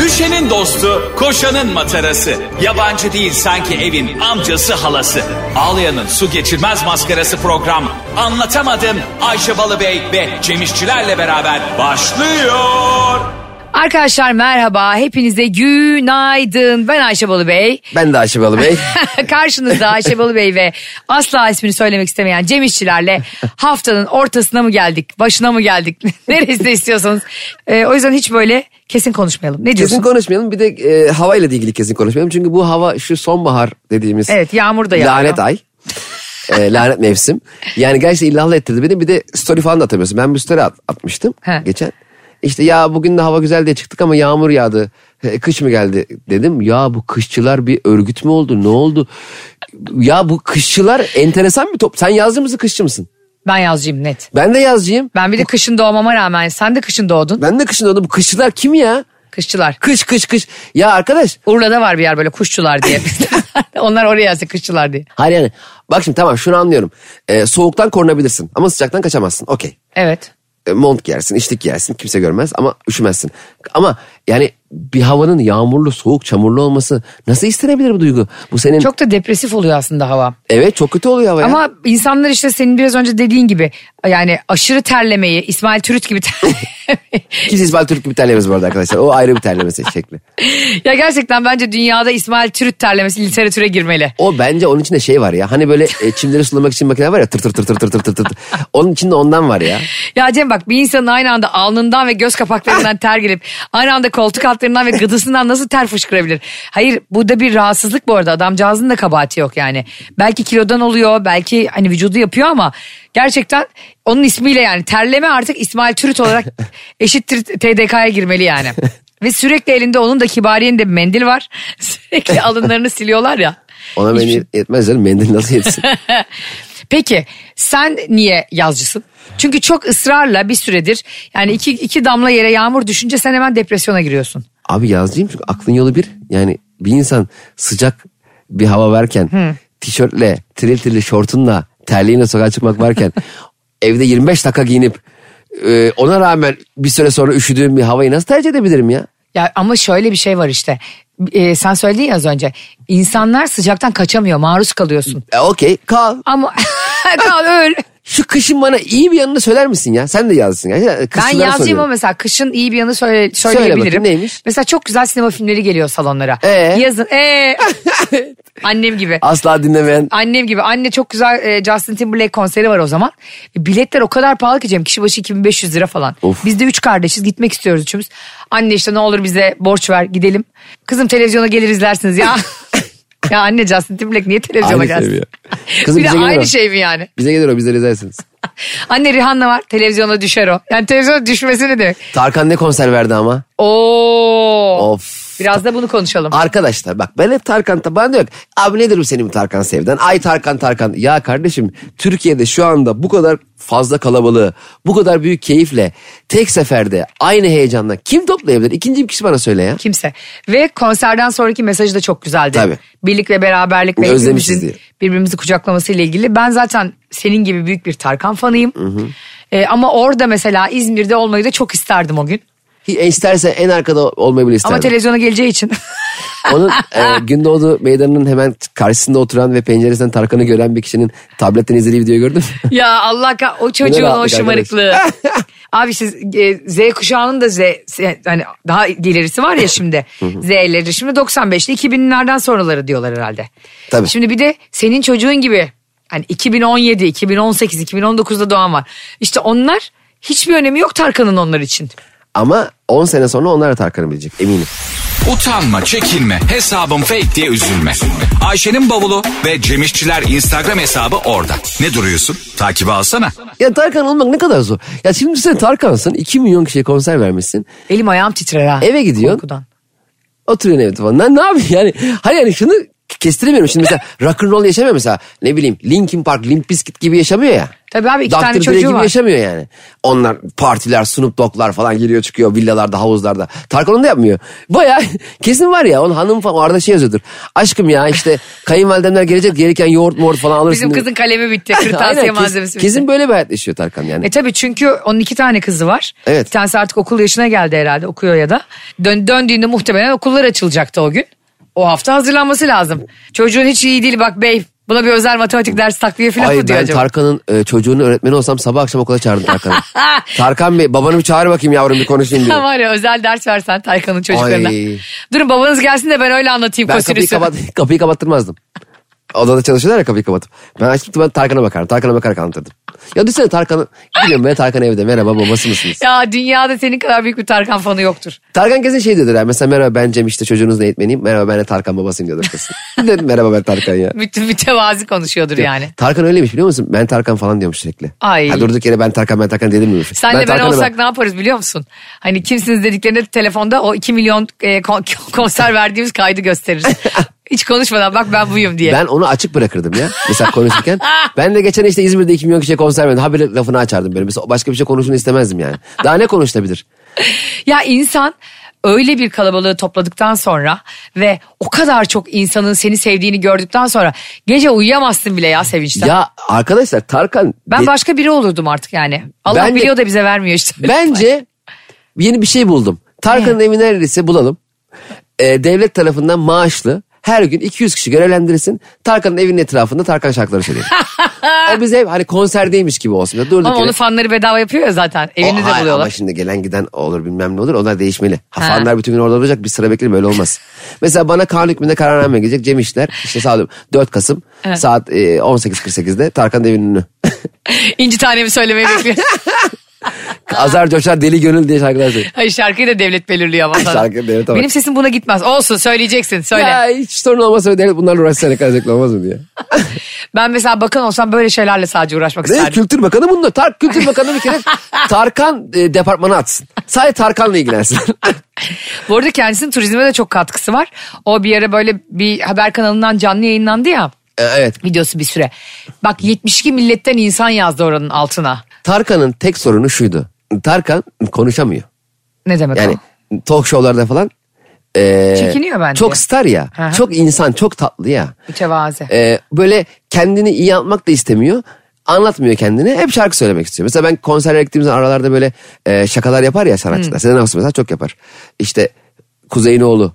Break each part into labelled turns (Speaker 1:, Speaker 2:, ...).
Speaker 1: Düşenin dostu, koşanın matarası. Yabancı değil sanki evin amcası halası. Ağlayanın su geçirmez maskarası program. Anlatamadım Ayşe Balıbey ve Cemişçilerle beraber başlıyor.
Speaker 2: Arkadaşlar merhaba, hepinize günaydın. Ben Ayşe Balı Bey.
Speaker 3: Ben de Ayşe Balı Bey.
Speaker 2: Karşınızda Ayşe Balı Bey ve asla ismini söylemek istemeyen Cem İşçilerle haftanın ortasına mı geldik, başına mı geldik, neresine istiyorsanız. Ee, o yüzden hiç böyle kesin konuşmayalım. Ne diyorsun?
Speaker 3: Kesin konuşmayalım. Bir de e, havayla da ilgili kesin konuşmayalım. Çünkü bu hava şu sonbahar dediğimiz
Speaker 2: Evet, yağmur da yağıyor.
Speaker 3: lanet ay. E, lanet mevsim. Yani gerçekten illallah ettirdi beni. Bir de story falan da atamıyorsun. Ben bir story at- atmıştım
Speaker 2: He.
Speaker 3: geçen. İşte ya bugün de hava güzel diye çıktık ama yağmur yağdı. E, kış mı geldi dedim. Ya bu kışçılar bir örgüt mü oldu? Ne oldu? Ya bu kışçılar enteresan bir top. Sen yazcı mısın kışçı mısın?
Speaker 2: Ben yazcıyım net.
Speaker 3: Ben de yazcıyım.
Speaker 2: Ben bir de kışın doğmama rağmen, sen de kışın doğdun.
Speaker 3: Ben de kışın doğdum. Bu kışçılar kim ya?
Speaker 2: Kışçılar.
Speaker 3: Kış kış kış. Ya arkadaş
Speaker 2: Urla'da var bir yer böyle kuşçular diye. Onlar oraya yazdı kışçılar diye.
Speaker 3: Hayır yani bak şimdi tamam şunu anlıyorum. Ee, soğuktan korunabilirsin ama sıcaktan kaçamazsın. Okey.
Speaker 2: Evet.
Speaker 3: Ee, mont giyersin, içlik giyersin kimse görmez ama üşümezsin. Ama yani bir havanın yağmurlu, soğuk, çamurlu olması nasıl istenebilir bu duygu? Bu senin
Speaker 2: Çok da depresif oluyor aslında hava.
Speaker 3: evet çok kötü oluyor hava ya.
Speaker 2: Ama insanlar işte senin biraz önce dediğin gibi yani aşırı terlemeyi İsmail Türüt gibi terlemeyi.
Speaker 3: İkimiz İsmail Türk gibi terlemez bu arada arkadaşlar. O ayrı bir terlemesi şekli.
Speaker 2: ya gerçekten bence dünyada İsmail Türüt terlemesi literatüre girmeli.
Speaker 3: O bence onun içinde şey var ya. Hani böyle e, çimleri sulamak için makine var ya tır tır tır tır tır tır tır tır. Onun içinde ondan var ya.
Speaker 2: Ya Cem bak bir insanın aynı anda alnından ve göz kapaklarından ter gelip aynı anda koltuk altlarından ve gıdısından nasıl ter fışkırabilir? Hayır bu da bir rahatsızlık bu arada adamcağızın da kabahati yok yani. Belki kilodan oluyor belki hani vücudu yapıyor ama gerçekten onun ismiyle yani terleme artık İsmail Türüt olarak eşittir TDK'ya girmeli yani. Ve sürekli elinde onun da kibariyenin de bir mendil var. Sürekli alınlarını siliyorlar ya.
Speaker 3: Ona
Speaker 2: Hiçbir- şey-
Speaker 3: beni yetmez canım. Mendil nasıl yetsin?
Speaker 2: Peki sen niye yazcısın? Çünkü çok ısrarla bir süredir yani iki, iki damla yere yağmur düşünce sen hemen depresyona giriyorsun.
Speaker 3: Abi yazayım çünkü aklın yolu bir. Yani bir insan sıcak bir hava varken tişörtle, tril trili şortunla, terliğinle sokağa çıkmak varken evde 25 dakika giyinip e, ona rağmen bir süre sonra üşüdüğüm bir havayı nasıl tercih edebilirim ya?
Speaker 2: Ya ama şöyle bir şey var işte. Ee, sen söyledin ya az önce. İnsanlar sıcaktan kaçamıyor, maruz kalıyorsun.
Speaker 3: E, Okey kal.
Speaker 2: Ama kal öl.
Speaker 3: Şu kışın bana iyi bir yanını söyler misin ya? Sen de yazsın. Ya.
Speaker 2: Ben yazayım ama mesela kışın iyi bir yanı söyle, söyleyebilirim.
Speaker 3: bakayım, neymiş?
Speaker 2: Mesela çok güzel sinema filmleri geliyor salonlara.
Speaker 3: Ee?
Speaker 2: Yazın. Ee? Annem gibi.
Speaker 3: Asla dinlemeyen
Speaker 2: Annem gibi. Anne çok güzel e, Justin Timberlake konseri var o zaman. E, biletler o kadar pahalı ki Cem. Kişi başı 2500 lira falan.
Speaker 3: Of.
Speaker 2: Biz de üç kardeşiz. Gitmek istiyoruz üçümüz. Anne işte ne olur bize borç ver gidelim. Kızım televizyona gelir izlersiniz ya. ya anne Justin Timberlake niye televizyona
Speaker 3: Aynı
Speaker 2: gelsin?
Speaker 3: seviyor. Kızım
Speaker 2: bir de
Speaker 3: bize gelir o.
Speaker 2: aynı şey mi yani?
Speaker 3: bize gelir o bizden izlersiniz.
Speaker 2: Anne Rihanna var televizyona düşer o. Yani televizyona düşmesi ne demek?
Speaker 3: Tarkan ne konser verdi ama?
Speaker 2: Oo.
Speaker 3: Of.
Speaker 2: Biraz da bunu konuşalım.
Speaker 3: Arkadaşlar bak ben hep Tarkan bana diyor ki, abi nedir bu senin bu Tarkan sevden? Ay Tarkan Tarkan ya kardeşim Türkiye'de şu anda bu kadar fazla kalabalığı bu kadar büyük keyifle tek seferde aynı heyecanla kim toplayabilir? İkinci bir kişi bana söyle ya.
Speaker 2: Kimse. Ve konserden sonraki mesajı da çok güzeldi.
Speaker 3: Tabii.
Speaker 2: Birlik ve beraberlik ve
Speaker 3: Özlemişiz
Speaker 2: hepimizin
Speaker 3: diye.
Speaker 2: birbirimizi kucaklaması ile ilgili. Ben zaten senin gibi büyük bir Tarkan fanıyım. Ee, ama orada mesela İzmir'de olmayı da çok isterdim o gün.
Speaker 3: Hi- e, İstersen en arkada olmayı bile
Speaker 2: Ama
Speaker 3: isterdim.
Speaker 2: televizyona geleceği için.
Speaker 3: Onun e, Gündoğdu meydanının hemen karşısında oturan ve penceresinden Tarkan'ı gören bir kişinin tabletten izlediği videoyu gördün mü?
Speaker 2: ya Allah ka o çocuğun o
Speaker 3: rahatlık
Speaker 2: şımarıklığı. Abi siz e, Z kuşağının da Z, Z- hani daha ilerisi var ya şimdi. Z'leri şimdi 95'li 2000'lerden sonraları diyorlar herhalde.
Speaker 3: Tabii.
Speaker 2: Şimdi bir de senin çocuğun gibi hani 2017, 2018, 2019'da doğan var. İşte onlar hiçbir önemi yok Tarkan'ın onlar için.
Speaker 3: Ama 10 sene sonra onlar da Tarkan'ı bilecek eminim.
Speaker 1: Utanma, çekinme, hesabım fake diye üzülme. Ayşe'nin bavulu ve Cemişçiler Instagram hesabı orada. Ne duruyorsun? Takibi alsana.
Speaker 3: Ya Tarkan olmak ne kadar zor. Ya şimdi sen Tarkan'sın 2 milyon kişiye konser vermişsin.
Speaker 2: Elim ayağım titrer ha.
Speaker 3: Eve gidiyorsun.
Speaker 2: Korkudan.
Speaker 3: Oturuyorsun evde falan. Ne, ne yapayım yani? Hayır yani şunu kestiremiyorum. Şimdi mesela rock'n'roll yaşamıyor mesela. Ne bileyim Linkin Park, Limp Bizkit gibi yaşamıyor ya.
Speaker 2: Tabii abi, iki
Speaker 3: Dr.
Speaker 2: tane
Speaker 3: Dre
Speaker 2: çocuğu
Speaker 3: gibi
Speaker 2: var.
Speaker 3: yaşamıyor yani. Onlar partiler, Snoop Dogg'lar falan giriyor çıkıyor villalarda, havuzlarda. Tarkan onu da yapmıyor. Baya kesin var ya onun hanım falan orada şey yazıyordur. Aşkım ya işte kayınvalidemler gelecek gelirken yoğurt moğurt falan alırsın.
Speaker 2: Bizim
Speaker 3: diye.
Speaker 2: kızın kalemi bitti.
Speaker 3: Aynen,
Speaker 2: Kırtasiye
Speaker 3: kes-
Speaker 2: malzemesi bitti.
Speaker 3: Kesin böyle bir hayat yaşıyor Tarkan yani.
Speaker 2: E tabii çünkü onun iki tane kızı var.
Speaker 3: Evet.
Speaker 2: Bir tanesi artık okul yaşına geldi herhalde okuyor ya da. Dön, döndüğünde muhtemelen okullar açılacaktı o gün. O hafta hazırlanması lazım. Çocuğun hiç iyi değil bak bey buna bir özel matematik dersi takviye falan
Speaker 3: Ay
Speaker 2: mı diyor
Speaker 3: ben
Speaker 2: acaba?
Speaker 3: Tarkan'ın e, çocuğunun öğretmeni olsam sabah akşam okula çağırdım Tarkan'ı. Tarkan Bey babanı bir çağır bakayım yavrum bir konuşayım diye.
Speaker 2: var ya özel ders versen Taykan'ın çocuklarına.
Speaker 3: Ay.
Speaker 2: Durun babanız gelsin de ben öyle anlatayım
Speaker 3: Ben kapıyı,
Speaker 2: kostürüsü.
Speaker 3: kapat, kapıyı kapattırmazdım. Odada çalışıyorlar ya kapıyı kapatıp. Ben açtım ben Tarkan'a bakarım. Tarkan'a bakarak anlatırdım. Ya düşünsene Tarkan'ı. Biliyorum ben Tarkan evde. Merhaba babası mısınız?
Speaker 2: Ya dünyada senin kadar büyük bir Tarkan fanı yoktur.
Speaker 3: Tarkan kesin şey diyordur. Yani. Mesela merhaba ben Cem işte çocuğunuzun eğitmeniyim. Merhaba ben de Tarkan babasıyım diyordur kesin. Derim, merhaba ben Tarkan ya.
Speaker 2: Müte, mütevazi konuşuyordur yani.
Speaker 3: Tarkan öyleymiş biliyor musun? Ben Tarkan falan diyormuş sürekli.
Speaker 2: Ay.
Speaker 3: Ha, durduk yere ben Tarkan ben Tarkan dedim mi?
Speaker 2: Senle ben,
Speaker 3: Tarkan'a
Speaker 2: olsak ne yaparız biliyor musun? Hani kimsiniz dediklerinde telefonda o 2 milyon e, kon- konser verdiğimiz kaydı gösteririz. Hiç konuşmadan bak ben buyum diye.
Speaker 3: Ben onu açık bırakırdım ya. Mesela konuşurken. ben de geçen işte İzmir'de 2 milyon kişiye konser verdim. Habire lafını açardım böyle. Mesela başka bir şey konuşun istemezdim yani. Daha ne konuşulabilir?
Speaker 2: Ya insan öyle bir kalabalığı topladıktan sonra ve o kadar çok insanın seni sevdiğini gördükten sonra gece uyuyamazsın bile ya sevinçten.
Speaker 3: Ya e- arkadaşlar Tarkan...
Speaker 2: ben
Speaker 3: de-
Speaker 2: başka biri olurdum artık yani. Allah
Speaker 3: Bence-
Speaker 2: biliyor da bize vermiyor işte.
Speaker 3: Bence yeni bir şey buldum. Tarkan'ın evi neredeyse bulalım. Ee, devlet tarafından maaşlı her gün 200 kişi görevlendirilsin. Tarkan'ın evinin etrafında Tarkan şarkıları söyleyelim. yani biz hep hani konserdeymiş gibi olsun. Ya Durduk
Speaker 2: Ama
Speaker 3: yere.
Speaker 2: onu fanları bedava yapıyor ya zaten.
Speaker 3: O-
Speaker 2: Evini de
Speaker 3: hayır,
Speaker 2: buluyorlar.
Speaker 3: Ama şimdi gelen giden olur bilmem ne olur onlar değişmeli. Ha,
Speaker 2: Ha.
Speaker 3: fanlar bütün gün orada olacak bir sıra bekleyelim böyle olmaz. Mesela bana kanun hükmünde kararname gelecek Cem İşler işte sağ 4 Kasım
Speaker 2: Evet.
Speaker 3: saat e, 18.48'de Tarkan'ın evinin önü.
Speaker 2: İnci tanemi söylemeyi bekliyor.
Speaker 3: Azar coşar deli gönül diye şarkılar söylüyor.
Speaker 2: Hayır şarkıyı da devlet belirliyor ama sana.
Speaker 3: Şarkı devlet ama.
Speaker 2: Benim sesim buna gitmez. Olsun söyleyeceksin söyle.
Speaker 3: Ya hiç sorun olmasa öyle bunlarla uğraşsa ne kadar zevkli olmaz mı diye.
Speaker 2: Ben mesela bakan olsam böyle şeylerle sadece uğraşmak
Speaker 3: Ne
Speaker 2: isterdim.
Speaker 3: Kültür Bakanı bunda. Tark Kültür Bakanı bir kere Tarkan e, departmanı atsın. Sadece Tarkan'la ilgilensin.
Speaker 2: Bu arada kendisinin turizme de çok katkısı var. O bir ara böyle bir haber kanalından canlı yayınlandı ya
Speaker 3: E, evet.
Speaker 2: videosu bir süre. Bak 72 milletten insan yazdı oranın altına.
Speaker 3: Tarkan'ın tek sorunu şuydu. Tarkan konuşamıyor.
Speaker 2: Ne demek
Speaker 3: Yani
Speaker 2: o?
Speaker 3: talk show'larda falan. e,
Speaker 2: Çekiniyor bence.
Speaker 3: Çok star ya.
Speaker 2: Hı hı.
Speaker 3: Çok insan, çok tatlı ya.
Speaker 2: Mütevazi.
Speaker 3: E, böyle kendini iyi anlatmak da istemiyor. Anlatmıyor kendini. Hep şarkı söylemek istiyor. Mesela ben konserlere gittiğim zaman aralarda böyle e, şakalar yapar ya
Speaker 2: Hmm.
Speaker 3: sanatçılar. Sezen Aksu mesela çok yapar. İşte Kuzey'in oğlu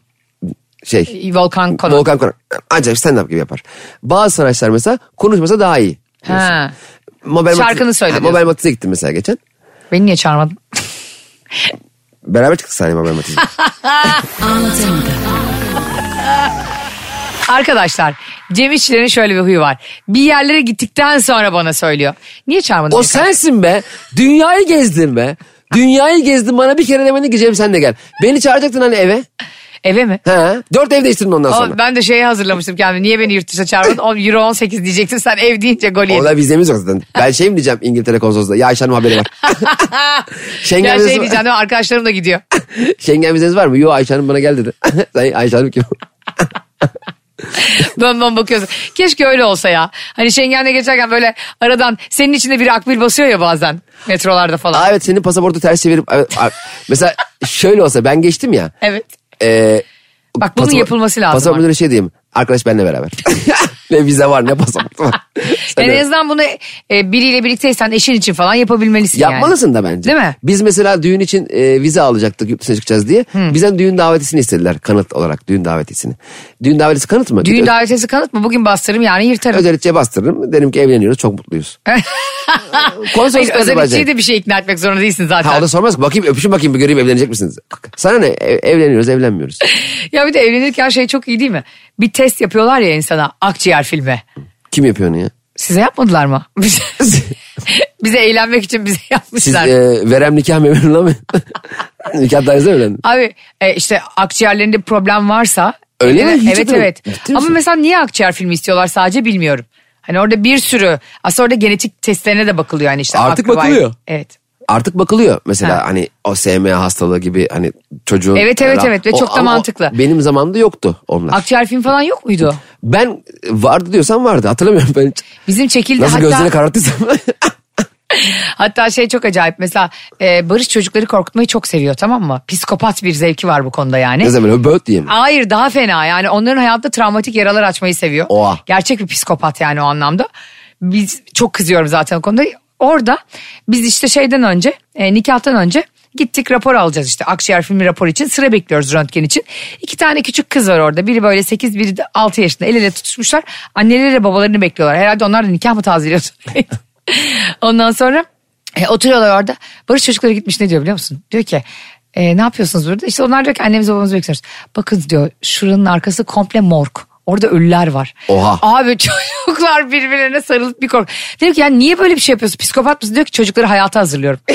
Speaker 3: şey
Speaker 2: Volkan Konak.
Speaker 3: Volkan Konak. Acayip stand-up gibi yapar. Bazı sanatçılar mesela konuşmasa daha iyi.
Speaker 2: Ha.
Speaker 3: Mobile
Speaker 2: Şarkını
Speaker 3: Matiz-
Speaker 2: söyle
Speaker 3: Ha,
Speaker 2: diyorsun.
Speaker 3: Mobile Matiz'e gittim mesela geçen.
Speaker 2: Beni niye çağırmadın?
Speaker 3: Beraber çıktık sahneye Mobile Matiz'e.
Speaker 2: Arkadaşlar Cem İşçilerin şöyle bir huyu var. Bir yerlere gittikten sonra bana söylüyor. Niye çağırmadın?
Speaker 3: O
Speaker 2: beni?
Speaker 3: sensin be. Dünyayı gezdin be. Dünyayı gezdin bana bir kere demedin ki Cem sen de gel. Beni çağıracaktın hani eve.
Speaker 2: Eve mi?
Speaker 3: He. Dört ev değiştirdin ondan sonra.
Speaker 2: Ama ben de şeye hazırlamıştım kendimi. Niye beni yurt dışına çağırmadın? O Euro 18 diyecektin. Sen ev deyince gol yedin.
Speaker 3: Orada vizemiz yok zaten. Ben şey mi diyeceğim İngiltere konsolosluğunda? Ya Ayşe Hanım haberi var. Schengen,
Speaker 2: ya şey
Speaker 3: vizesi-
Speaker 2: diyeceğim değil mi? Arkadaşlarım da gidiyor.
Speaker 3: Schengen vizeniz var mı? Yo Ayşe Hanım bana gel dedi. Sen Ayşe Hanım kim?
Speaker 2: Bön bön bakıyorsun. Keşke öyle olsa ya. Hani Schengen'de geçerken böyle aradan senin içinde biri akbil basıyor ya bazen. Metrolarda falan.
Speaker 3: Aa, evet senin pasaportu ters çevirip. evet, a- mesela şöyle olsa ben geçtim ya.
Speaker 2: Evet.
Speaker 3: Ee,
Speaker 2: Bak bunun yapılması lazım
Speaker 3: Pasaport
Speaker 2: artık.
Speaker 3: müdürüne şey diyeyim. Arkadaş benimle beraber. ne vize var ne pasaport var. Hani Sen
Speaker 2: Yani
Speaker 3: de-
Speaker 2: en azından bunu e, biriyle birlikteysen eşin için falan yapabilmelisin yani.
Speaker 3: Yapmalısın da bence.
Speaker 2: Değil mi?
Speaker 3: Biz mesela düğün için e, vize alacaktık yurt dışına çıkacağız diye. Bizden düğün davetisini istediler kanıt olarak düğün davetisini. Düğün davetisi kanıt mı?
Speaker 2: Düğün
Speaker 3: Git
Speaker 2: davetiyesi kanıt mı? Bugün bastırırım yarın
Speaker 3: ö-
Speaker 2: yırtarım.
Speaker 3: Özel içe bastırırım. Dedim ki evleniyoruz çok mutluyuz.
Speaker 2: Hayır,
Speaker 3: Konsolos
Speaker 2: özel içiyi de bir şey ikna etmek zorunda değilsin zaten.
Speaker 3: Ha o da sormaz ki bakayım öpüşün bakayım bir göreyim evlenecek misiniz? Sana ne E- evleniyoruz evlenmiyoruz.
Speaker 2: Ya bir de evlenirken şey çok iyi değil mi? Bir test yapıyorlar ya insana akciğer filmi.
Speaker 3: Kim yapıyor onu ya?
Speaker 2: Size yapmadılar mı? Bize, bize eğlenmek için bize
Speaker 3: Siz
Speaker 2: yapmışlar.
Speaker 3: e, verem nikah memuruna mı? nikah dairesine mi evlendin?
Speaker 2: Abi e, işte akciğerlerinde problem varsa.
Speaker 3: Öyle mi?
Speaker 2: evet,
Speaker 3: Hiç
Speaker 2: Evet
Speaker 3: hatırlamıyorum.
Speaker 2: evet.
Speaker 3: Ciddi
Speaker 2: Ama
Speaker 3: misin?
Speaker 2: mesela niye akciğer filmi istiyorlar sadece bilmiyorum. Hani orada bir sürü aslında orada genetik testlerine de bakılıyor yani işte.
Speaker 3: Artık bakılıyor.
Speaker 2: Evet.
Speaker 3: artık bakılıyor. Mesela
Speaker 2: Ha.
Speaker 3: hani o SMA hastalığı gibi hani çocuğun...
Speaker 2: Evet, evet,
Speaker 3: Ra-
Speaker 2: evet ve
Speaker 3: O-
Speaker 2: çok da
Speaker 3: ama o-
Speaker 2: mantıklı.
Speaker 3: Benim zamanımda yoktu onlar.
Speaker 2: Akciğer film falan yok muydu?
Speaker 3: ben vardı diyorsan vardı hatırlamıyorum ben.
Speaker 2: Bizim çekildi
Speaker 3: Nasıl
Speaker 2: hatta
Speaker 3: gözleri kararttıysam.
Speaker 2: hatta şey çok acayip mesela e, Barış çocukları korkutmayı çok seviyor tamam mı? Psikopat bir zevki var bu konuda yani.
Speaker 3: ne zaman öyle böğüt diye mi?
Speaker 2: Hayır daha fena yani onların hayatta travmatik yaralar açmayı seviyor.
Speaker 3: Oha.
Speaker 2: Gerçek bir psikopat yani o anlamda. Biz çok kızıyorum zaten o konuda. Orada biz işte şeyden önce e, nikahtan önce gittik rapor alacağız işte akciğer filmi raporu için sıra bekliyoruz röntgen için. İki tane küçük kız var orada biri böyle 8 biri de 6 yaşında el ele tutuşmuşlar anneleriyle babalarını bekliyorlar herhalde onlar da nikah mı tazeliyordu. Ondan sonra e, oturuyorlar orada. Barış çocukları gitmiş ne diyor biliyor musun? Diyor ki e, ne yapıyorsunuz burada? İşte onlar diyor ki annemiz babamızı bekliyoruz. Bakın diyor şuranın arkası komple morg. Orada ölüler var.
Speaker 3: Oha.
Speaker 2: Abi çocuklar birbirlerine sarılıp bir kork. Dedim ki yani niye böyle bir şey yapıyorsun? Psikopat mısın? Diyor ki çocukları hayata hazırlıyorum.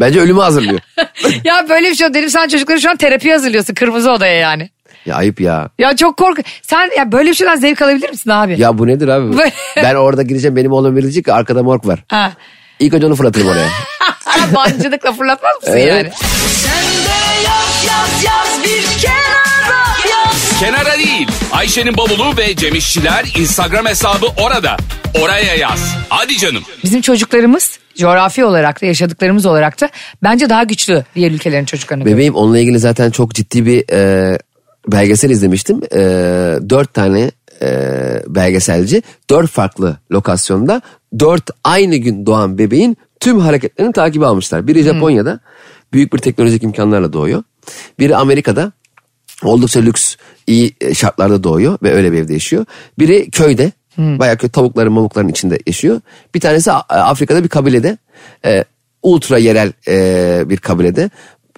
Speaker 3: Bence ölüme hazırlıyor.
Speaker 2: ya böyle bir şey yok. Dedim sen çocukları şu an terapiye hazırlıyorsun. Kırmızı odaya yani.
Speaker 3: Ya ayıp ya.
Speaker 2: Ya çok korku. Sen ya böyle bir şeyden zevk alabilir misin abi?
Speaker 3: Ya bu nedir abi?
Speaker 2: Böyle-
Speaker 3: ben orada gireceğim benim oğlum verilecek ki arkada morg var.
Speaker 2: Ha.
Speaker 3: İlk önce onu fırlatırım oraya.
Speaker 2: Bancılıkla fırlatmaz mısın
Speaker 3: Evet.
Speaker 2: yani?
Speaker 1: Kenara değil. Ayşe'nin bavulu ve Cemişçiler Instagram hesabı orada. Oraya yaz. Hadi canım.
Speaker 2: Bizim çocuklarımız coğrafi olarak da yaşadıklarımız olarak da bence daha güçlü diğer ülkelerin çocuklarına göre.
Speaker 3: Bebeğim onunla ilgili zaten çok ciddi bir e, belgesel izlemiştim. E, dört tane e, belgeselci dört farklı lokasyonda dört aynı gün doğan bebeğin tüm hareketlerini takibi almışlar. Biri Japonya'da büyük bir teknolojik imkanlarla doğuyor. Biri Amerika'da oldukça lüks iyi e, şartlarda doğuyor ve öyle bir evde yaşıyor. Biri köyde bayağı köy tavukların mamukların içinde yaşıyor. Bir tanesi A- Afrika'da bir kabilede e, ultra yerel e, bir kabilede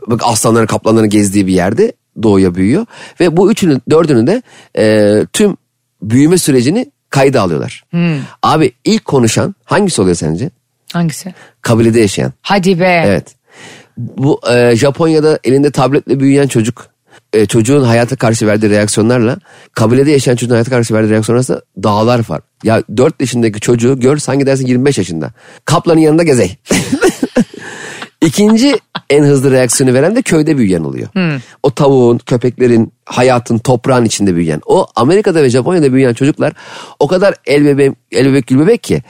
Speaker 3: bak aslanların kaplanların gezdiği bir yerde doğuya büyüyor ve bu üçünün dördünün de e, tüm büyüme sürecini kayda alıyorlar. Abi ilk konuşan hangisi oluyor sence?
Speaker 2: Hangisi?
Speaker 3: Kabilede yaşayan.
Speaker 2: Hadi be.
Speaker 3: Evet. Bu e, Japonya'da elinde tabletle büyüyen çocuk e, çocuğun hayata karşı verdiği reaksiyonlarla kabilede yaşayan çocuğun hayata karşı verdiği reaksiyonlar arasında dağlar var. Ya 4 yaşındaki çocuğu gör sanki dersin 25 yaşında. Kaplanın yanında gezey. İkinci en hızlı reaksiyonu veren de köyde büyüyen oluyor. O tavuğun, köpeklerin, hayatın, toprağın içinde büyüyen. O Amerika'da ve Japonya'da büyüyen çocuklar o kadar el bebek, el bebek gül bebek ki.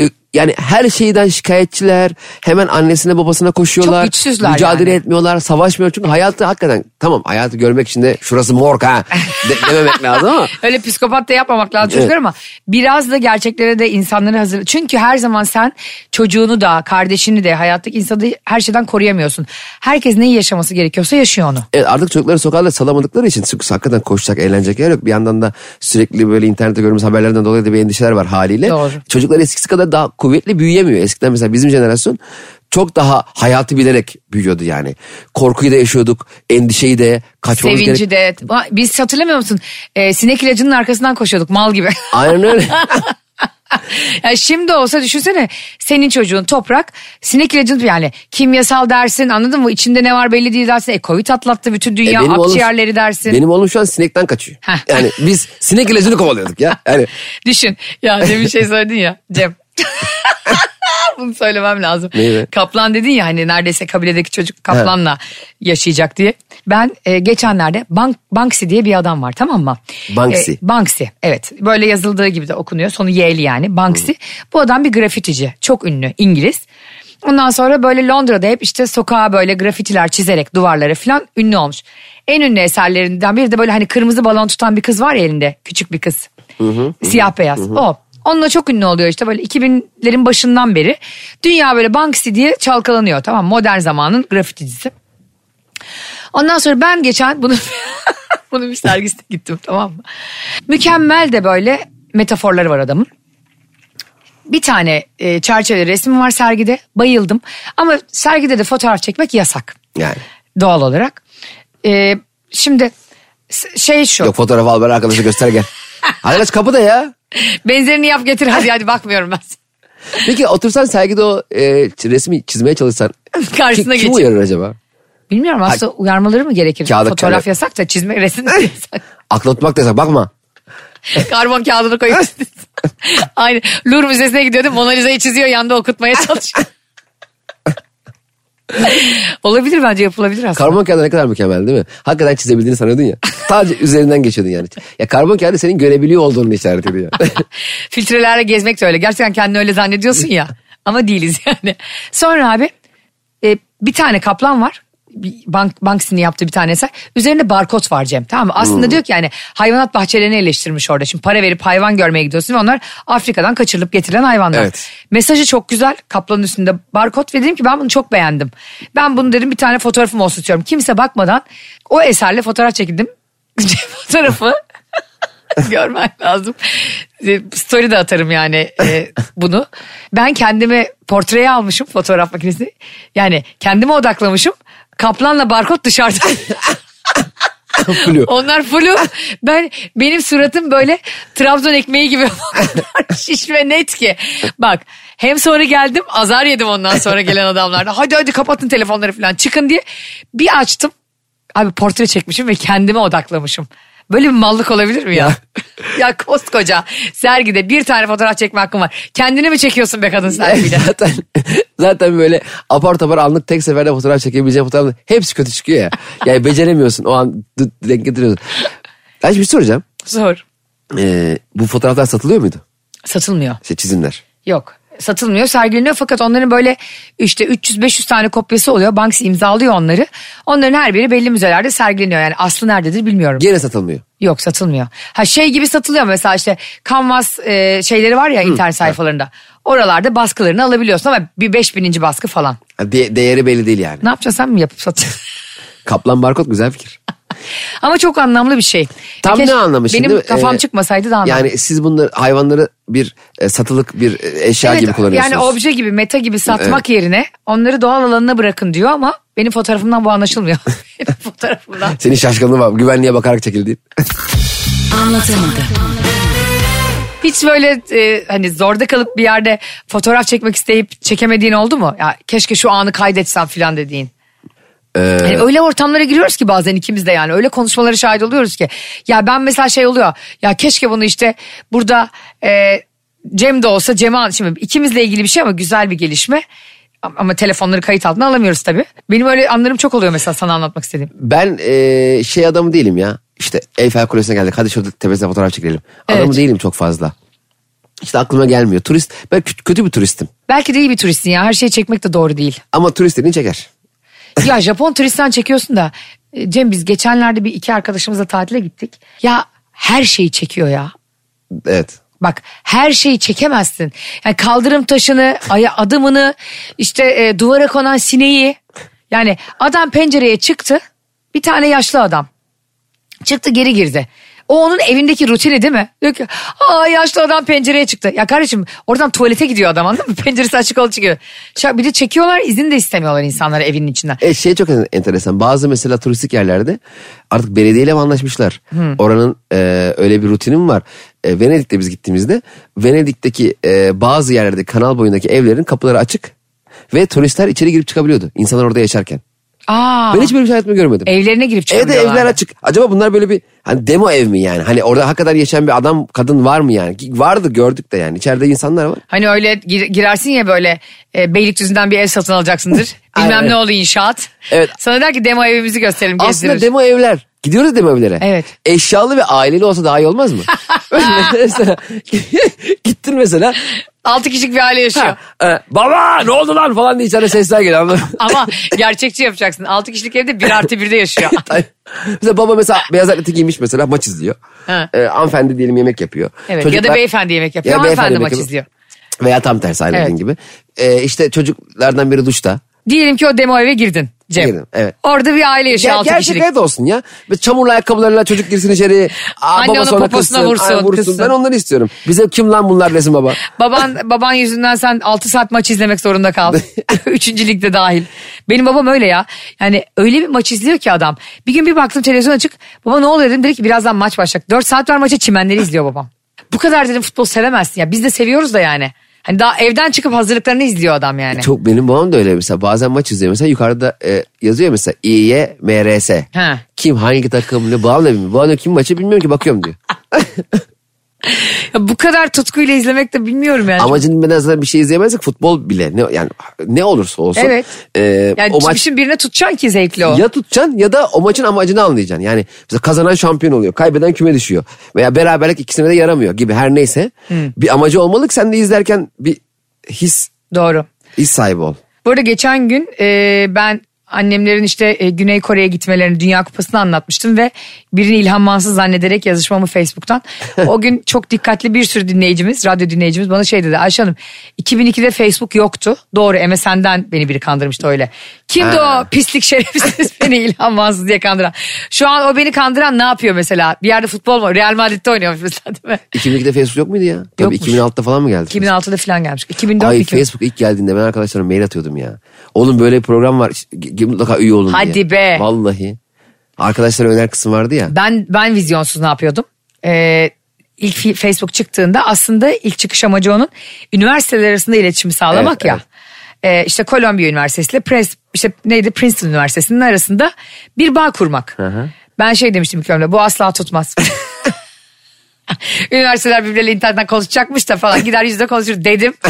Speaker 3: e, Yani her şeyden şikayetçiler, hemen annesine babasına koşuyorlar.
Speaker 2: Çok güçsüzler
Speaker 3: Mücadele
Speaker 2: yani.
Speaker 3: etmiyorlar, savaşmıyor. Çünkü hayatı hakikaten tamam hayatı görmek için de şurası morg ha de- dememek lazım ama.
Speaker 2: Öyle psikopat da yapmamak lazım çocuklar ama biraz da gerçeklere de insanları hazır. Çünkü her zaman sen çocuğunu da kardeşini de hayattaki insanı da her şeyden koruyamıyorsun. Herkes neyi yaşaması gerekiyorsa yaşıyor onu.
Speaker 3: Evet artık çocukları sokağa salamadıkları için çünkü hakikaten koşacak, eğlenecek yer yok. Bir yandan da sürekli böyle internette gördüğümüz haberlerden dolayı da bir endişeler var haliyle.
Speaker 2: Doğru.
Speaker 3: Çocuklar eskisi kadar daha kuvvetli büyüyemiyor. Eskiden mesela bizim jenerasyon çok daha hayatı bilerek büyüyordu yani. Korkuyu da yaşıyorduk, endişeyi de, kaçmamız gerek.
Speaker 2: Sevinci de. Biz hatırlamıyor musun? Ee, sinek ilacının arkasından koşuyorduk mal gibi.
Speaker 3: Aynen öyle.
Speaker 2: Ya şimdi olsa düşünsene senin çocuğun toprak sinek ilacını yani kimyasal dersin anladın mı? İçinde ne var belli değil dersin. E Covid atlattı bütün dünya
Speaker 3: E, benim oğlum-
Speaker 2: akciğerleri dersin.
Speaker 3: Benim oğlum şu an sinekten kaçıyor.
Speaker 2: Heh.
Speaker 3: Yani biz sinek ilacını kovalıyorduk ya. Yani
Speaker 2: Düşün ya demin bir şey söyledin ya Cem. Bunu söylemem lazım.
Speaker 3: Neyi be?
Speaker 2: Kaplan dedin ya hani neredeyse kabiledeki çocuk kaplanla yaşayacak diye. Ben e, geçenlerde Bank, Banksy diye bir adam var tamam mı?
Speaker 3: Banksy.
Speaker 2: E, Banksy evet böyle yazıldığı gibi de okunuyor sonu Y'li yani Banksy. Bu adam bir grafitici çok ünlü İngiliz. Ondan sonra böyle Londra'da hep işte sokağa böyle grafitiler çizerek duvarlara falan ünlü olmuş. En ünlü eserlerinden biri de böyle hani kırmızı balon tutan bir kız var ya elinde küçük bir kız. Siyah beyaz o. Onunla çok ünlü oluyor işte böyle 2000'lerin başından beri. Dünya böyle Banksy diye çalkalanıyor tamam mı? modern zamanın grafiticisi. Ondan sonra ben geçen bunu bunun bir sergisine gittim tamam mı? Mükemmel de böyle metaforları var adamın. Bir tane e, çerçeve resmi var sergide. Bayıldım. Ama sergide de fotoğraf çekmek yasak.
Speaker 3: yani.
Speaker 2: Doğal olarak. E, şimdi s- şey şu.
Speaker 3: Yok fotoğrafı al ben arkadaşa göster gel. Hadi aç kapıda ya.
Speaker 2: Benzerini yap getir hadi hadi bakmıyorum ben.
Speaker 3: Peki otursan sergide o e, ç- resmi çizmeye çalışsan
Speaker 2: Karşısına
Speaker 3: kim, kim
Speaker 2: geçip.
Speaker 3: uyarır acaba?
Speaker 2: Bilmiyorum aslında uyarmaları mı gerekir?
Speaker 3: Kağıda
Speaker 2: fotoğraf
Speaker 3: kalem.
Speaker 2: yasak da çizme resim de yasak.
Speaker 3: Aklına tutmak da yasak bakma.
Speaker 2: Karbon kağıdını koyup Aynı. Louvre Müzesi'ne gidiyordum. Mona Lisa'yı çiziyor yanda okutmaya çalışıyor. Olabilir bence yapılabilir aslında.
Speaker 3: Karbon kağıdı ne kadar mükemmel değil mi? Hakikaten çizebildiğini sanıyordun ya. Sadece üzerinden geçiyordun yani. Ya karbon kağıdı senin görebiliyor olduğunu işaret ediyor.
Speaker 2: Filtrelerle gezmek de öyle. Gerçekten kendini öyle zannediyorsun ya. Ama değiliz yani. Sonra abi e, bir tane kaplan var. Bir Bank, Banksy'nin yaptığı bir tane eser. Üzerinde barkod var Cem tamam mı? Aslında diyor ki yani hayvanat bahçelerini eleştirmiş orada. Şimdi para verip hayvan görmeye gidiyorsun ve onlar Afrika'dan kaçırılıp getirilen hayvanlar.
Speaker 3: Evet.
Speaker 2: Mesajı çok güzel. Kaplanın üstünde barkod ve dedim ki ben bunu çok beğendim. Ben bunu dedim bir tane fotoğrafım olsun istiyorum. Kimse bakmadan o eserle fotoğraf çekildim. Fotoğrafı görmen lazım. E, Story de atarım yani e, bunu. Ben kendimi portreye almışım fotoğraf makinesini. Yani kendime odaklamışım. Kaplanla barkod dışarıda.
Speaker 3: Flu.
Speaker 2: Onlar flu. Ben benim suratım böyle Trabzon ekmeği gibi o kadar şiş ve net ki. Bak hem sonra geldim azar yedim ondan sonra gelen adamlarda. Hadi hadi kapatın telefonları falan çıkın diye. Bir açtım. Abi portre çekmişim ve kendime odaklamışım. Böyle bir mallık olabilir mi ya? ya koskoca sergide bir tane fotoğraf çekme hakkım var. Kendini mi çekiyorsun be kadın sergiyle?
Speaker 3: zaten zaten böyle apar topar anlık tek seferde fotoğraf çekebileceğin fotoğraflar hepsi kötü çıkıyor ya. Yani beceremiyorsun o an d- denk getiriyorsun. Ben şimdi bir şey soracağım.
Speaker 2: Zor.
Speaker 3: Ee, bu fotoğraflar satılıyor muydu?
Speaker 2: Satılmıyor.
Speaker 3: İşte çizimler.
Speaker 2: Yok satılmıyor sergileniyor fakat onların böyle işte 300-500 tane kopyası oluyor. Banksy imzalıyor onları. Onların her biri belli müzelerde sergileniyor. Yani aslı nerededir bilmiyorum.
Speaker 3: Gene satılmıyor.
Speaker 2: Yok satılmıyor. Ha şey gibi satılıyor mesela işte kanvas e, şeyleri var ya internet sayfalarında. Oralarda baskılarını alabiliyorsun ama bir 5000. baskı falan.
Speaker 3: Ha, De- değeri belli değil yani.
Speaker 2: Ne yapacaksın sen mi yapıp satacaksın?
Speaker 3: Kaplan barkod güzel fikir.
Speaker 2: ama çok anlamlı bir şey.
Speaker 3: Tam
Speaker 2: Keşke
Speaker 3: ne anlamı şimdi?
Speaker 2: Benim kafam
Speaker 3: Ee,
Speaker 2: çıkmasaydı daha anlamlı.
Speaker 3: Yani siz bunları hayvanları bir e, satılık bir e, eşya
Speaker 2: Evet,
Speaker 3: gibi kullanıyorsunuz.
Speaker 2: Yani obje gibi, meta gibi satmak yerine onları doğal alanına bırakın diyor ama benim fotoğrafımdan bu anlaşılmıyor. benim fotoğrafımdan.
Speaker 3: Senin şaşkınlığın var. Güvenliğe bakarak çekildi.
Speaker 2: Hiç böyle e, hani zorda kalıp bir yerde fotoğraf çekmek isteyip çekemediğin oldu mu? Ya keşke şu anı kaydetsem filan dediğin. Hani öyle ortamlara giriyoruz ki bazen ikimiz de yani öyle konuşmalara şahit oluyoruz ki. Ya ben mesela şey oluyor ya keşke bunu işte burada e, Cem de olsa Cem'e an- şimdi ikimizle ilgili bir şey ama güzel bir gelişme. Ama- Ama telefonları kayıt altına alamıyoruz tabii. Benim öyle anlarım çok oluyor mesela sana anlatmak istediğim.
Speaker 3: Ben e, şey adamı değilim ya. İşte Eyfel Kulesi'ne geldik. Hadi şurada tepesine fotoğraf çekelim. Adamı
Speaker 2: Evet.
Speaker 3: değilim çok fazla. İşte aklıma gelmiyor. Turist. Ben kö- kötü bir turistim.
Speaker 2: Belki de iyi bir turistsin ya her şeyi çekmek de doğru değil.
Speaker 3: Ama turist dediğin çeker.
Speaker 2: Ya Japon turistten çekiyorsun da e, Cem biz geçenlerde bir iki arkadaşımızla tatile gittik. Ya her şeyi çekiyor ya.
Speaker 3: Evet.
Speaker 2: Bak her şeyi çekemezsin. Yani kaldırım taşını, aya adımını, işte e, duvara konan sineği. Yani adam pencereye çıktı. Bir tane yaşlı adam. Çıktı geri girdi. O onun evindeki rutini değil mi? Diyor ki aa yaşlı adam pencereye çıktı. Ya kardeşim oradan tuvalete gidiyor adam anladın mı? Penceresi açık ol çıkıyor. Şa- Bir de çekiyorlar izin de istemiyorlar insanlar evinin içinden.
Speaker 3: E, şey çok en- enteresan. Bazı mesela turistik yerlerde artık belediyeyle mi anlaşmışlar?
Speaker 2: Hmm.
Speaker 3: Oranın e, öyle bir rutini mi var? E, Venedik'te biz gittiğimizde Venedik'teki e, bazı yerlerde kanal boyundaki evlerin kapıları açık ve turistler içeri girip çıkabiliyordu. İnsanlar orada yaşarken.
Speaker 2: Aa,
Speaker 3: Ben hiç böyle bir şey hayatımda görmedim.
Speaker 2: evlerine girip
Speaker 3: Evde
Speaker 2: çıkabiliyorlar.
Speaker 3: evler açık. Acaba bunlar böyle bir hani demo ev mi yani? Hani orada hakikaten yaşayan bir adam kadın var mı yani? Ki Vardı gördük de yani. İçeride insanlar var.
Speaker 2: Hani öyle gir- girersin ya böyle e, Beylikdüzü'nden bir ev satın alacaksındır. Bilmem
Speaker 3: Aynen.
Speaker 2: ne oldu inşaat.
Speaker 3: Evet.
Speaker 2: Sana der ki demo evimizi gösterelim gezdirir.
Speaker 3: Aslında demo evler. Gidiyoruz demo evlere.
Speaker 2: Evet.
Speaker 3: Eşyalı ve aileli olsa daha iyi olmaz mı? mesela, gittin mesela.
Speaker 2: Altı kişilik bir aile yaşıyor.
Speaker 3: Ha, e, baba ne oldu lan falan diye içeride sesler geliyor. anladın mı?
Speaker 2: Ama gerçekçi yapacaksın. Altı kişilik evde bir artı birde yaşıyor.
Speaker 3: mesela baba mesela beyaz atleti giymiş mesela maç izliyor.
Speaker 2: Ha.
Speaker 3: E, hanımefendi diyelim yemek yapıyor.
Speaker 2: Evet. ya da
Speaker 3: Çocuklar-
Speaker 2: beyefendi yemek yapıyor.
Speaker 3: Ya beyefendi
Speaker 2: hanımefendi
Speaker 3: yemek
Speaker 2: maç
Speaker 3: yapıyor.
Speaker 2: izliyor.
Speaker 3: Veya tam tersi aynı
Speaker 2: Evet.
Speaker 3: dediğin gibi. E, işte çocuklardan biri duşta.
Speaker 2: Diyelim ki o demo eve girdin Cem.
Speaker 3: Girdim, evet.
Speaker 2: Orada bir aile yaşıyor
Speaker 3: Ger-
Speaker 2: altı
Speaker 3: gerçek
Speaker 2: kişilik.
Speaker 3: hayat olsun ya. Ve çamurlu ayakkabılarıyla çocuk girsin içeri. Aa,
Speaker 2: Anne
Speaker 3: baba
Speaker 2: onun
Speaker 3: sonra
Speaker 2: poposuna
Speaker 3: kızsın,
Speaker 2: vursun,
Speaker 3: ay
Speaker 2: kızsın.
Speaker 3: Ben onları istiyorum. Bize kim lan bunlar desin baba.
Speaker 2: Baban baban yüzünden sen 6 saat maç izlemek zorunda kaldın. Üçüncü ligde dahil. Benim babam öyle ya. Yani öyle bir maç izliyor ki adam. Bir gün bir baktım televizyon açık. Baba ne oluyor dedim. Dedi ki birazdan maç başlayacak. 4 saat var maça çimenleri izliyor babam. Bu kadar dedim futbol sevemezsin ya. Biz de seviyoruz da yani. Hani daha evden çıkıp hazırlıklarını izliyor adam yani.
Speaker 3: Çok benim babam da öyle mesela. Bazen maç izliyor mesela yukarıda e, yazıyor mesela İ'ye MRS.
Speaker 2: He.
Speaker 3: Kim hangi takım ne babam da bilmiyor. Babam da kim maçı bilmiyorum ki bakıyorum diyor.
Speaker 2: Ya bu kadar tutkuyla izlemek de bilmiyorum yani.
Speaker 3: Amacın en azından bir şey izleyemezsek futbol bile ne yani ne olursa olsun.
Speaker 2: Evet.
Speaker 3: e,
Speaker 2: yani şey
Speaker 3: o maç
Speaker 2: şimdi birine tutacaksın ki zevkli o.
Speaker 3: ya tutacaksın ya da o maçın amacını anlayacaksın. Yani mesela kazanan şampiyon oluyor, kaybeden küme düşüyor veya beraberlik ikisine de yaramıyor gibi her neyse.
Speaker 2: Hmm.
Speaker 3: Bir amacı olmalı ki sen de izlerken bir his
Speaker 2: Doğru.
Speaker 3: his sahibi ol.
Speaker 2: Bu arada geçen gün e, ben annemlerin işte e, Güney Kore'ye gitmelerini Dünya Kupası'nı anlatmıştım ve birini İlhan Mansız zannederek yazışmamı Facebook'tan. O gün çok dikkatli bir sürü dinleyicimiz, radyo dinleyicimiz bana şey dedi. Ayşe Hanım 2002'de Facebook yoktu. Doğru MSN'den beni biri kandırmıştı öyle. Kimdi
Speaker 3: Ha.
Speaker 2: o pislik şerefsiz beni İlhan Mansız diye kandıran. Şu an o beni kandıran ne yapıyor mesela? Bir yerde futbol mu? Real Madrid'de oynuyormuş mesela değil mi?
Speaker 3: 2002'de Facebook yok muydu ya? Tabii
Speaker 2: Yokmuş.
Speaker 3: 2006'da falan mı geldi?
Speaker 2: 2006'da falan gelmiş. 2004
Speaker 3: Ay
Speaker 2: 2000.
Speaker 3: Facebook ilk geldiğinde ben arkadaşlarıma mail atıyordum ya. Oğlum böyle bir program var işte, g- g- mutlaka üye olun
Speaker 2: Hadi
Speaker 3: diye.
Speaker 2: be.
Speaker 3: Vallahi. Arkadaşlara öner kısım vardı ya.
Speaker 2: Ben ben vizyonsuz ne yapıyordum? Ee, ilk fi- Facebook çıktığında aslında ilk çıkış amacı onun üniversiteler arasında iletişimi sağlamak
Speaker 3: Evet,
Speaker 2: ya.
Speaker 3: evet.
Speaker 2: Ee, işte Kolombiya Üniversitesi ile Pres, işte neydi Princeton Üniversitesi'nin arasında bir bağ kurmak. Ben şey demiştim ilk önce bu asla tutmaz. Üniversiteler birbirleriyle internetten konuşacakmış da falan gider yüzde konuşur dedim.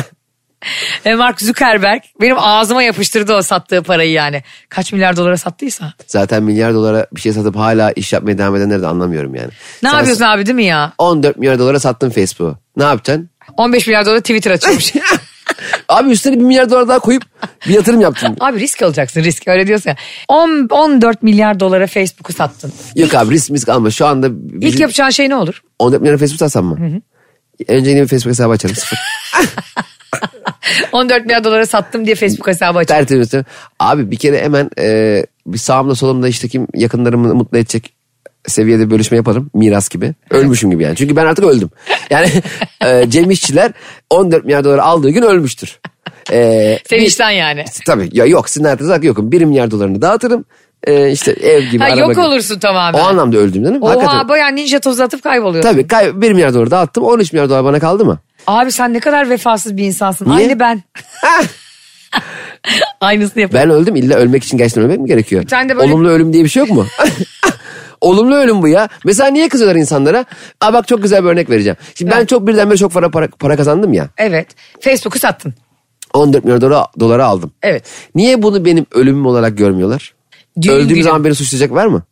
Speaker 2: Ve Mark Zuckerberg benim ağzıma yapıştırdı o sattığı parayı yani. Kaç milyar dolara sattıysa.
Speaker 3: Zaten milyar dolara bir şey satıp hala iş yapmaya devam edenleri de anlamıyorum yani.
Speaker 2: Ne
Speaker 3: Sen
Speaker 2: yapıyorsun abi değil mi ya?
Speaker 3: 14 milyar dolara sattın Facebook'u. Ne yapacaksın?
Speaker 2: 15 milyar dolar Twitter açılmış.
Speaker 3: Abi üstüne bir milyar dolar daha koyup bir yatırım yaptın.
Speaker 2: Abi risk alacaksın risk öyle diyorsun ya. On- 14 milyar dolara Facebook'u sattın.
Speaker 3: Yok abi risk misk alma. Şu anda
Speaker 2: İlk
Speaker 3: bizim
Speaker 2: yapacağın şey ne olur?
Speaker 3: 14 milyar Facebook satsam mı? Önce yeni bir Facebook hesabı açarım. Sıfır.
Speaker 2: 14 milyar dolara sattım diye Facebook hesabı açtın.
Speaker 3: Tertemiz. Abi bir kere hemen e, bir sağımda solumda işte kim yakınlarımı mutlu edecek seviyede bölüşme yaparım. Miras gibi. Ölmüşüm gibi yani. Çünkü ben artık öldüm. Yani e, Cem İşçiler 14 milyar dolar aldığı gün ölmüştür. E,
Speaker 2: Sevinçten yani.
Speaker 3: tabii ya yok sizin hayatınızda hakkı yokum. 1 milyar dolarını dağıtırım. E, işte ev gibi
Speaker 2: Ha,
Speaker 3: araba
Speaker 2: yok
Speaker 3: gibi.
Speaker 2: olursun tamamen.
Speaker 3: O anlamda öldüm canım.
Speaker 2: Oha
Speaker 3: Hakikaten.
Speaker 2: baya ninja tozu atıp kayboluyorsun.
Speaker 3: Tabii kay- 1 milyar dolar dağıttım. 13 milyar dolar bana kaldı mı?
Speaker 2: Abi sen ne kadar vefasız bir insansın.
Speaker 3: Niye? Ah!
Speaker 2: Aynı ben. Aynısını yapıyorum.
Speaker 3: Ben öldüm illa ölmek için gerçekten ölmek mi gerekiyor?
Speaker 2: Bir tane de böyle-
Speaker 3: Olumlu ölüm diye bir şey yok mu? Olumlu ölüm bu ya. Mesela niye kızıyorlar insanlara? Aa bak çok güzel bir örnek vereceğim. Şimdi ben çok birdenbire çok para, para, para kazandım ya.
Speaker 2: Evet. Facebook'u sattın.
Speaker 3: 14 milyon dolara, dolara aldım.
Speaker 2: Evet.
Speaker 3: Niye bunu benim ölümüm olarak görmüyorlar?
Speaker 2: Düğün
Speaker 3: Öldüğüm
Speaker 2: günü.
Speaker 3: zaman beni suçlayacak var mı?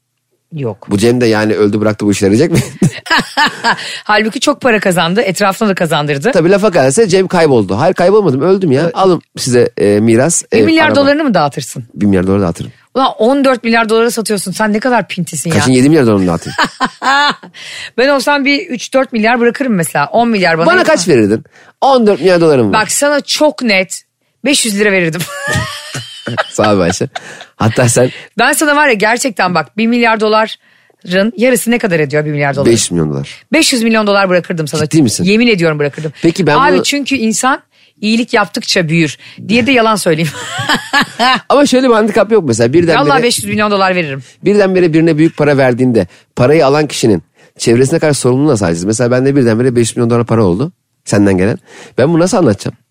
Speaker 2: Yok.
Speaker 3: Bu Cem de yani öldü bıraktı bu işler diyecek mi?
Speaker 2: Halbuki çok para kazandı. Etrafına da kazandırdı.
Speaker 3: Tabii lafa kalırsa Cem kayboldu. Hayır kaybolmadım öldüm ya. Alın size e, miras.
Speaker 2: 1
Speaker 3: e,
Speaker 2: milyar
Speaker 3: araba.
Speaker 2: dolarını mı dağıtırsın?
Speaker 3: 1 milyar dolar dağıtırım.
Speaker 2: Ulan 14 milyar dolara satıyorsun. Sen ne kadar pintisin ya.
Speaker 3: Kaçın 7 milyar dolarını dağıtayım.
Speaker 2: ben olsam bir 3-4 milyar bırakırım mesela. 10 milyar bana.
Speaker 3: Bana kaç verirdin? 14 milyar dolarım var.
Speaker 2: Bak sana çok net 500 lira verirdim.
Speaker 3: Sağ ol Ayşe. Hatta sen
Speaker 2: ben sana var ya gerçekten bak 1 milyar doların yarısı ne kadar ediyor 1 milyar dolar?
Speaker 3: 5 milyon dolar.
Speaker 2: 500 milyon dolar bırakırdım sana.
Speaker 3: Ciddi misin?
Speaker 2: Yemin ediyorum bırakırdım.
Speaker 3: Peki ben
Speaker 2: Abi
Speaker 3: bunu-
Speaker 2: çünkü insan iyilik yaptıkça büyür diye de yalan söyleyeyim.
Speaker 3: Ama şöyle bir handikap yok mesela.
Speaker 2: Vallahi
Speaker 3: Birdenbire,
Speaker 2: 500 milyon dolar veririm.
Speaker 3: birdenbire birine büyük para verdiğinde parayı alan kişinin çevresine karşı sorumluluğu nasıl alacağız? Mesela bende birdenbire 5 milyon dolar para oldu. Senden gelen. Ben bunu nasıl anlatacağım?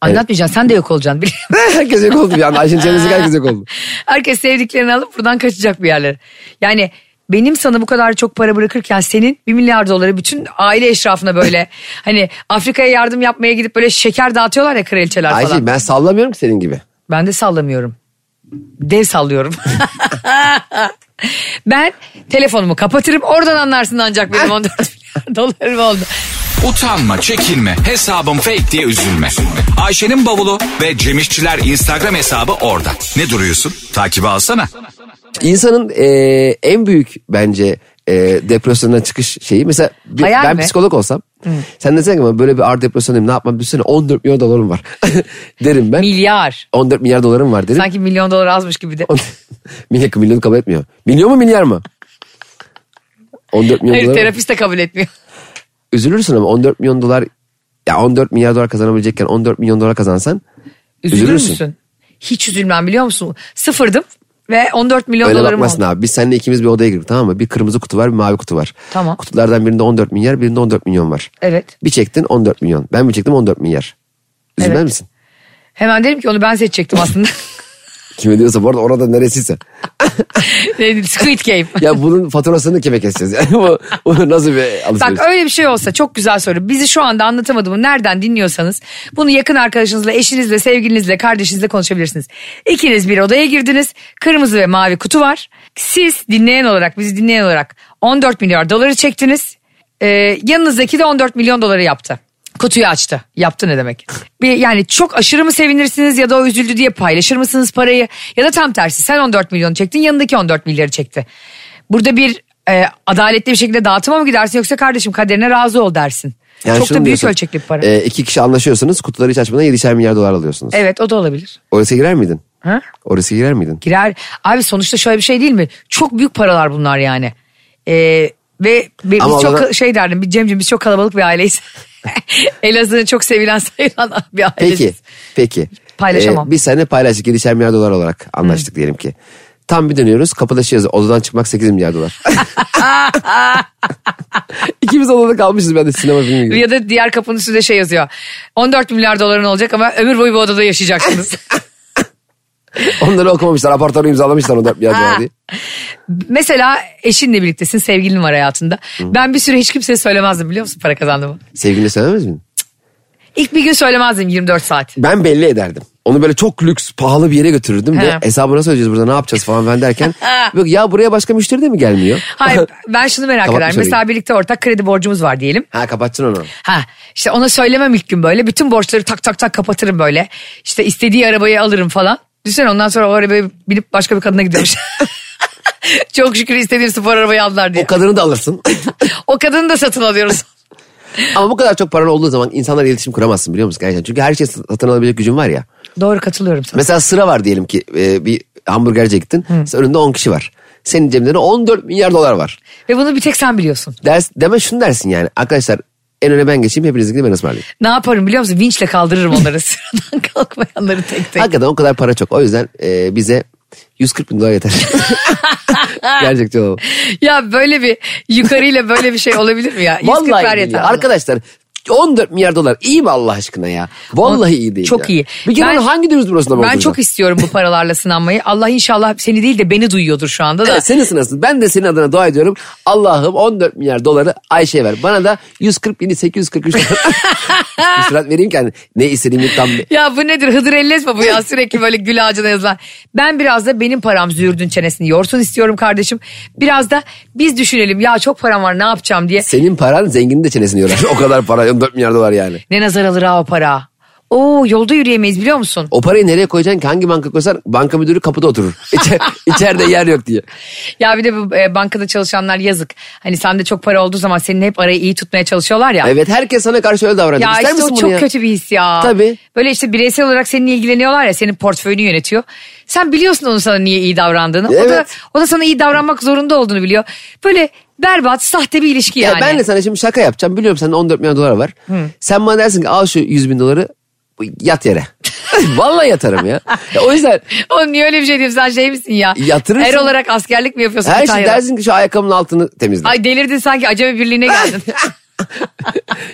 Speaker 2: Anlatmayacaksın sen de yok olacaksın. biliyorum.
Speaker 3: herkes yok oldu bir anda. Ayşe'nin çevresindeki herkes yok oldu.
Speaker 2: Herkes sevdiklerini alıp buradan kaçacak bir yerlere. Yani benim sana bu kadar çok para bırakırken senin bir milyar doları bütün aile eşrafına böyle hani Afrika'ya yardım yapmaya gidip böyle şeker dağıtıyorlar ya kraliçeler falan.
Speaker 3: Ayşe ben sallamıyorum ki senin gibi.
Speaker 2: Ben de sallamıyorum. Dev sallıyorum. ben telefonumu kapatırım oradan anlarsın ancak benim 14 milyar dolarım oldu.
Speaker 1: Utanma, çekinme, hesabım fake diye üzülme. Ayşe'nin bavulu ve Cemişçiler Instagram hesabı orada. Ne duruyorsun? Takibi alsana.
Speaker 3: İnsanın e, en büyük bence e, depresyondan çıkış şeyi. Mesela bir-
Speaker 2: Hayal
Speaker 3: ben
Speaker 2: mi?
Speaker 3: psikolog olsam. Sen desene ki bana böyle bir ağır depresyondayım ne yapmam düşünsene 14 milyon dolarım var derim ben.
Speaker 2: Milyar.
Speaker 3: 14 milyar dolarım var derim.
Speaker 2: Sanki milyon dolar azmış gibi de.
Speaker 3: On- Milyon, milyonu kabul etmiyor. Milyon mu milyar mı? 14 milyon
Speaker 2: Hayır
Speaker 3: dolar.
Speaker 2: terapist de kabul etmiyor.
Speaker 3: Üzülürsün ama 14 milyon dolar ya 14 milyar dolar kazanabilecekken 14 milyon dolar kazansan
Speaker 2: Üzülür
Speaker 3: Üzülürsün.
Speaker 2: müsün? Hiç üzülmem biliyor musun? Sıfırdım ve 14 milyon
Speaker 3: öyle
Speaker 2: dolarım
Speaker 3: bakmasın
Speaker 2: oldu.
Speaker 3: abi. Biz seninle ikimiz bir odaya girdik tamam mı? Bir kırmızı kutu var bir mavi kutu var.
Speaker 2: Tamam.
Speaker 3: Kutulardan birinde 14 milyar birinde 14 milyon var.
Speaker 2: Evet.
Speaker 3: Bir çektin 14 milyon. Ben bir çektim 14 milyar. Üzülmez
Speaker 2: Evet.
Speaker 3: misin?
Speaker 2: Hemen derim ki onu ben seçecektim aslında.
Speaker 3: Kim ediyorsa bu arada orada neresiyse.
Speaker 2: Squid Game.
Speaker 3: Ya bunun faturasını kime keseceğiz? Yani bu, bu nasıl bir alışveriş?
Speaker 2: Bak öyle bir şey olsa çok güzel soru. Bizi şu anda anlatamadığımı nereden dinliyorsanız bunu yakın arkadaşınızla, eşinizle, sevgilinizle, kardeşinizle konuşabilirsiniz. İkiniz bir odaya girdiniz. Kırmızı ve mavi kutu var. Siz dinleyen olarak, bizi dinleyen olarak 14 milyar doları çektiniz. Ee, yanınızdaki de 14 milyon doları yaptı. Kutuyu açtı. Yaptı ne demek? Bir, yani çok aşırı mı sevinirsiniz ya da o üzüldü diye paylaşır mısınız parayı? Ya da tam tersi sen 14 milyonu çektin yanındaki 14 milyarı çekti. Burada bir e, adaletli bir şekilde dağıtıma mı gidersin yoksa kardeşim kaderine razı ol dersin.
Speaker 3: Yani
Speaker 2: Çok
Speaker 3: şunu
Speaker 2: da büyük
Speaker 3: diyorsun,
Speaker 2: ölçekli bir para.
Speaker 3: E, iki kişi anlaşıyorsanız kutuları hiç açmadan 7'şer milyar dolar alıyorsunuz.
Speaker 2: evet o da olabilir.
Speaker 3: O riske girer miydin?
Speaker 2: Ha?
Speaker 3: O riske girer miydin?
Speaker 2: Girer. Abi sonuçta şöyle bir şey değil mi? Çok büyük paralar bunlar yani. E, ve ve biz
Speaker 3: Ama
Speaker 2: çok
Speaker 3: onlara-
Speaker 2: ka- şey derdim bir- Cemciğim biz çok kalabalık bir aileyiz. Elazığ'ın çok sevilen sayılan bir aileyiz.
Speaker 3: Peki. Peki.
Speaker 2: Paylaşamam.
Speaker 3: Ee, biz seninle paylaştık 7'şer milyar dolar olarak anlaştık diyelim ki. Tam bir dönüyoruz kapıdaşıyoruz. Odadan çıkmak 8 milyar dolar. İkimiz odada kalmışız ben de sinema filmi gibi.
Speaker 2: Ya da diğer kapının üstünde şey yazıyor. 14 milyar doların olacak ama ömür boyu bu odada yaşayacaksınız.
Speaker 3: Onları okumamışlar apartmanı imzalamışlar 14 milyar dolar
Speaker 2: Ha.
Speaker 3: diye.
Speaker 2: Mesela eşinle birliktesin, sevgilin var hayatında. Ben bir süre hiç kimseye söylemezdim biliyor musun para kazandığımı?
Speaker 3: Sevgiline söylemez miydin?
Speaker 2: İlk bir gün söylemezdim 24 saat.
Speaker 3: Ben belli ederdim. Onu böyle çok lüks pahalı bir yere götürürdüm ve
Speaker 2: He.
Speaker 3: hesabı nasıl ödeyeceğiz burada ne yapacağız falan ben derken. Yok ya buraya başka müşteri de mi gelmiyor?
Speaker 2: Hayır ben şunu merak
Speaker 3: Kapatmış
Speaker 2: ederim. Mesela
Speaker 3: orayı.
Speaker 2: birlikte ortak kredi borcumuz var diyelim.
Speaker 3: Ha kapatacaksın onu.
Speaker 2: Ha işte ona söylemem ilk gün böyle. Bütün borçları tak tak tak kapatırım böyle. İşte istediği arabayı alırım falan. Düşünsene ondan sonra o arabayı binip başka bir kadına gidiyormuş. Çok şükür istediğim spor arabayı aldılar diye.
Speaker 3: O kadını da alırsın.
Speaker 2: O kadını da satın alıyoruz.
Speaker 3: Ama bu kadar çok paran olduğu zaman insanlarla iletişim kuramazsın biliyor musun gerçekten? Çünkü her şey satın alabilecek gücün var ya.
Speaker 2: Doğru katılıyorum sana.
Speaker 3: Mesela sıra var diyelim ki e, bir hamburgerciye gittin. Önünde 10 kişi var. Senin cebinde de 14 milyar dolar var.
Speaker 2: Ve bunu bir tek sen biliyorsun.
Speaker 3: Ders, deme şunu dersin yani. Arkadaşlar en öne ben geçeyim hepinizinkini ben ısmarlayayım.
Speaker 2: Ne yaparım biliyor musun? Vinçle kaldırırım onları sıradan kalkmayanları tek tek.
Speaker 3: Hakikaten o kadar para çok. O yüzden e, bize 140 bin dolar yeter. Gerçekçi olalım.
Speaker 2: ya böyle bir yukarıyla böyle bir şey olabilir mi ya? 140
Speaker 3: Vallahi
Speaker 2: ver
Speaker 3: iyi
Speaker 2: yeter.
Speaker 3: değil. Arkadaşlar 14 milyar dolar iyi mi Allah aşkına ya? Vallahi iyi değil.
Speaker 2: Çok
Speaker 3: ya.
Speaker 2: iyi.
Speaker 3: Bir kere
Speaker 2: Ben-
Speaker 3: onu hangi döviz bürosunda
Speaker 2: Ben çok istiyorum bu paralarla sınanmayı. Allah inşallah seni değil de beni duyuyordur şu anda da.
Speaker 3: Evet, senin sınırsın. Ben de senin adına dua ediyorum. Allah'ım 14 milyar doları Ayşe'ye ver. Bana da 140 bin 843 dolar. Üstürat vereyim ki hani ne istediğimi tam bir-
Speaker 2: Ya bu nedir Hıdır Ellez mi bu ya sürekli böyle gül ağacına yazılan. Ben biraz da benim param züğürdün çenesini yorsun istiyorum kardeşim. Biraz da biz düşünelim ya çok param var ne yapacağım diye.
Speaker 3: Senin paran zenginin de çenesini yorar. o kadar para 14 milyar dolar yani.
Speaker 2: Ne nazar alır ha o para. Oo yolda yürüyemeyiz biliyor musun?
Speaker 3: O parayı nereye koyacaksın ki hangi banka koysan banka müdürü kapıda oturur. İçer, içeride yer yok diye.
Speaker 2: Ya bir de bu e, bankada çalışanlar yazık. Hani sende çok para olduğu zaman senin hep arayı iyi tutmaya çalışıyorlar ya.
Speaker 3: Evet herkes sana karşı öyle davranıyor.
Speaker 2: Ya
Speaker 3: İster
Speaker 2: işte
Speaker 3: misin
Speaker 2: o
Speaker 3: bunu
Speaker 2: çok
Speaker 3: ya?
Speaker 2: kötü bir his ya.
Speaker 3: Tabii.
Speaker 2: Böyle işte bireysel olarak seninle ilgileniyorlar ya senin portföyünü yönetiyor. Sen biliyorsun onun sana niye iyi davrandığını. O, da,
Speaker 3: Evet.
Speaker 2: o da sana iyi davranmak zorunda olduğunu biliyor. Böyle berbat sahte bir ilişki
Speaker 3: Ya
Speaker 2: şey yani.
Speaker 3: ben de sana şimdi şaka yapacağım. Biliyorum senin 14 milyon dolar var. Sen bana dersin ki al şu 100 bin doları yat yere. Vallahi yatarım ya. ya. O yüzden
Speaker 2: Oğlum niye öyle bir şey diyeyim sen şey misin ya?
Speaker 3: Yatırırsın.
Speaker 2: Er olarak askerlik mi yapıyorsun?
Speaker 3: her şey
Speaker 2: Kütahya'da?
Speaker 3: dersin ki şu ayakkabının altını temizle.
Speaker 2: Ay delirdin sanki acemi birliğine geldin.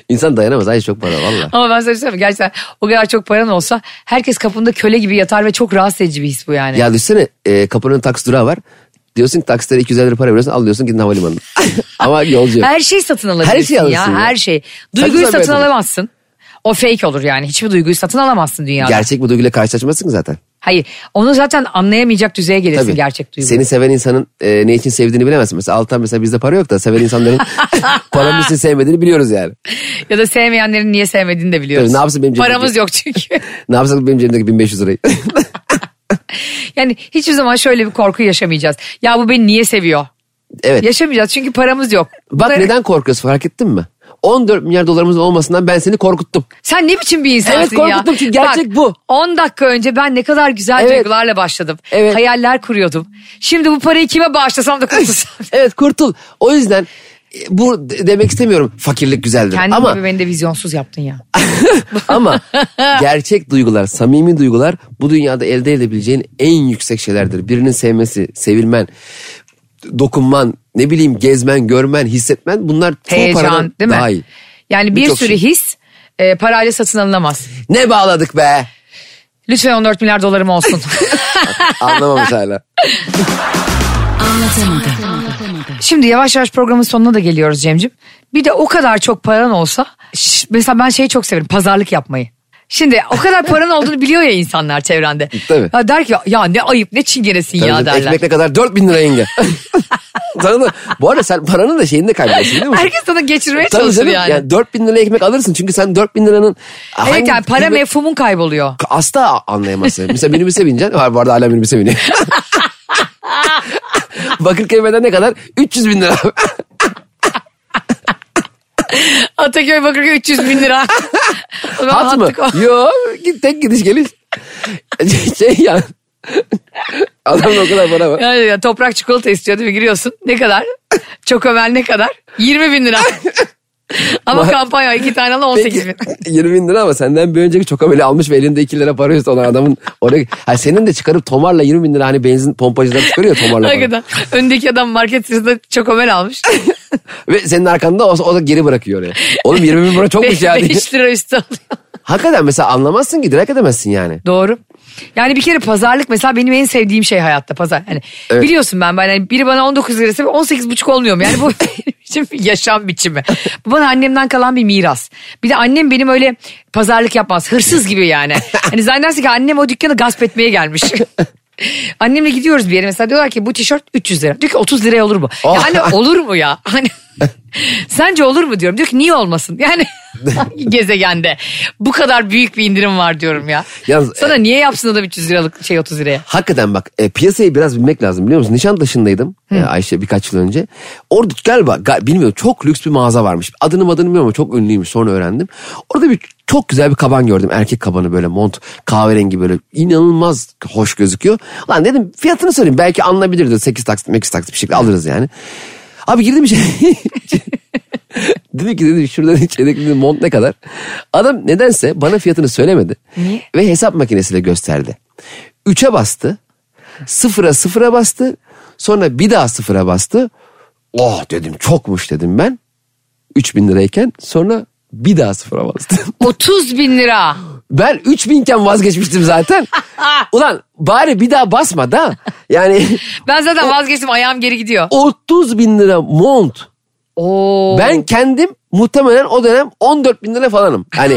Speaker 3: İnsan dayanamaz. Ay çok para valla.
Speaker 2: Ama ben sana bir şey söyleyeyim mi? gerçekten o kadar çok paran olsa herkes kapında köle gibi yatar ve çok rahatsız edici bir his bu yani.
Speaker 3: Ya düşünsene e, kapının taksi durağı var. Diyorsun ki taksitlere 250 lira para veriyorsun alıyorsun gidin havalimanına. Ama yolcu yok.
Speaker 2: Her şey satın alabilirsin
Speaker 3: Her şeyi
Speaker 2: ya,
Speaker 3: alırsın ya.
Speaker 2: her şey.
Speaker 3: Saçma
Speaker 2: Duyguyu
Speaker 3: sapan
Speaker 2: satın
Speaker 3: yapalım.
Speaker 2: alamazsın. O fake olur yani. Hiçbir duyguyu satın alamazsın dünyada.
Speaker 3: Gerçek bu duyguyla karşılaşmazsın ki zaten.
Speaker 2: Hayır. Onu zaten anlayamayacak düzeye gelirsin
Speaker 3: Tabii.
Speaker 2: gerçek duygu.
Speaker 3: Seni seven insanın e, ne için sevdiğini bilemezsin. Mesela Altan mesela bizde para yok da seven insanların paramız için sevmediğini biliyoruz yani.
Speaker 2: Ya da sevmeyenlerin niye sevmediğini de biliyoruz.
Speaker 3: Tabii, ne yapsın benim cebimdeki-
Speaker 2: Paramız yok çünkü.
Speaker 3: Ne yapsak benim cebimdeki 1500 lirayı.
Speaker 2: yani hiçbir zaman şöyle bir korku yaşamayacağız. Ya bu beni niye seviyor?
Speaker 3: evet.
Speaker 2: Yaşamayacağız çünkü paramız yok.
Speaker 3: Bak
Speaker 2: Bunları-
Speaker 3: neden korkuyorsun fark ettin mi? 14 milyar dolarımızın olmasından ben seni korkuttum.
Speaker 2: Sen ne biçim bir insansın
Speaker 3: Evet, korkuttum
Speaker 2: ya?
Speaker 3: çünkü gerçek
Speaker 2: Bak,
Speaker 3: bu.
Speaker 2: 10 dakika önce ben ne kadar güzel
Speaker 3: Evet.
Speaker 2: duygularla başladım.
Speaker 3: Evet.
Speaker 2: Hayaller kuruyordum. Şimdi bu parayı kime bağışlasam da kurtulsam.
Speaker 3: Evet kurtul. O yüzden e, bu de- demek istemiyorum fakirlik güzeldir.
Speaker 2: Kendin
Speaker 3: ama
Speaker 2: gibi beni de vizyonsuz yaptın ya.
Speaker 3: ama gerçek duygular, samimi duygular bu dünyada elde edebileceğin en yüksek şeylerdir. Birinin sevmesi, sevilmen, dokunman, ne bileyim gezmen, görmen, hissetmen bunlar çoğu paradan
Speaker 2: Heyecan değil mi?
Speaker 3: daha iyi.
Speaker 2: Yani bir
Speaker 3: Birçok
Speaker 2: sürü
Speaker 3: şey.
Speaker 2: his e, parayla satın alınamaz.
Speaker 3: Ne bağladık be?
Speaker 2: Lütfen 14 milyar dolarım olsun.
Speaker 3: Anlamamış hala.
Speaker 2: Şimdi yavaş yavaş programın sonuna da geliyoruz Cemcim. Bir de o kadar çok paran olsa şş, mesela ben şeyi çok severim pazarlık yapmayı. Şimdi o kadar paran olduğunu biliyor ya insanlar çevrende.
Speaker 3: Tabii.
Speaker 2: Ha der ki ya ne ayıp ne çingenesin ya
Speaker 3: Tabii canım,
Speaker 2: derler.
Speaker 3: Ekmek ne kadar? 4000 lira yenge. Sana da, bu arada sen paranın da şeyini de kaybedersin biliyor musun?
Speaker 2: Herkes sana geçirmeye
Speaker 3: Tabii
Speaker 2: çalışır
Speaker 3: canım,
Speaker 2: yani.
Speaker 3: yani. 4000 lira ekmek alırsın çünkü sen 4000 liranın
Speaker 2: evet
Speaker 3: hangi
Speaker 2: yani para
Speaker 3: kıymet-
Speaker 2: mefhumun kayboluyor.
Speaker 3: asla anlayamazsın. Mesela minibüse bineceksin. Var bu arada hala minibüse biniyor. Bakırköy'den ne kadar? 300 bin lira.
Speaker 2: Ataköy Bakırköy 300 bin lira. O zaman
Speaker 3: Hat mı?
Speaker 2: hattık o.
Speaker 3: Yo git tek gidiş geliş. şey ya. Adamın o kadar para var.
Speaker 2: Yani ya toprak çikolata istiyor değil mi? Giriyorsun. Ne kadar? Çok ömel ne kadar? 20 bin lira. Ama
Speaker 3: Ma-
Speaker 2: kampanya iki tane al 18 bin.
Speaker 3: 20 bin lira ama senden bir önceki çok ameli almış ve elinde 2 lira para üstü olan adamın oraya... Ha, senin de çıkarıp tomarla 20 bin lira hani benzin pompacıdan çıkarıyor ya tomarla. para.
Speaker 2: Hakikaten. Öndeki adam market sırasında çok ömel almış.
Speaker 3: Ve senin arkanda o, o da geri bırakıyor oraya. Oğlum 20 bin lira çokmuş ya. diye.
Speaker 2: 5 lira üstü alıyor.
Speaker 3: Hakikaten mesela anlamazsın ki direkt edemezsin yani.
Speaker 2: Doğru. Yani bir kere pazarlık mesela benim en sevdiğim şey hayatta pazar. Hani
Speaker 3: Evet.
Speaker 2: biliyorsun ben ben hani biri bana 19 lirası 18 buçuk olmuyorum. Yani bu benim için bir yaşam biçimi. Bu bana annemden kalan bir miras. Bir de annem benim öyle pazarlık yapmaz. Hırsız gibi yani. Hani zannedersin ki annem o dükkanı gasp etmeye gelmiş. Annemle gidiyoruz bir yere mesela diyorlar ki bu tişört 300 lira. Diyor ki 30 liraya olur mu?
Speaker 3: Oh.
Speaker 2: Ya anne olur mu ya? Hani Sence olur mu diyorum. Diyor ki niye olmasın? Yani hangi gezegende bu kadar büyük bir indirim var diyorum ya.
Speaker 3: Yalnız,
Speaker 2: Sana niye yapsın adam 300 liralık şey 30 liraya?
Speaker 3: Hakikaten bak e, piyasayı biraz bilmek lazım biliyor musun? Nişantaşı'ndaydım e, Ayşe birkaç yıl önce. Orada galiba ga- bilmiyorum çok lüks bir mağaza varmış. Adını madını bilmiyorum ama çok ünlüymüş sonra öğrendim. Orada bir çok güzel bir kaban gördüm. Erkek kabanı böyle mont kahverengi böyle inanılmaz hoş gözüküyor. Lan dedim fiyatını söyleyeyim belki alınabilirdi 8 taksit 8 taksit bir şekilde alırız yani. Abi girdim şey, içeri. Dedi ki dedi şuradan içerideki dedi, mont ne kadar? Adam nedense bana fiyatını söylemedi.
Speaker 2: Niye?
Speaker 3: Ve hesap makinesiyle gösterdi. Üçe bastı. Sıfıra sıfıra bastı. Sonra bir daha sıfıra bastı. Oh dedim çokmuş dedim ben. 3000 lirayken sonra bir daha sıfıra bastım.
Speaker 2: 30 bin lira.
Speaker 3: Ben 3000 iken vazgeçmiştim zaten. Ulan bari bir daha basma da. Yani
Speaker 2: Ben zaten vazgeçtim ayağım geri gidiyor.
Speaker 3: 30 bin lira mont.
Speaker 2: Oo.
Speaker 3: Ben kendim muhtemelen o dönem 14 bin lira falanım. Hani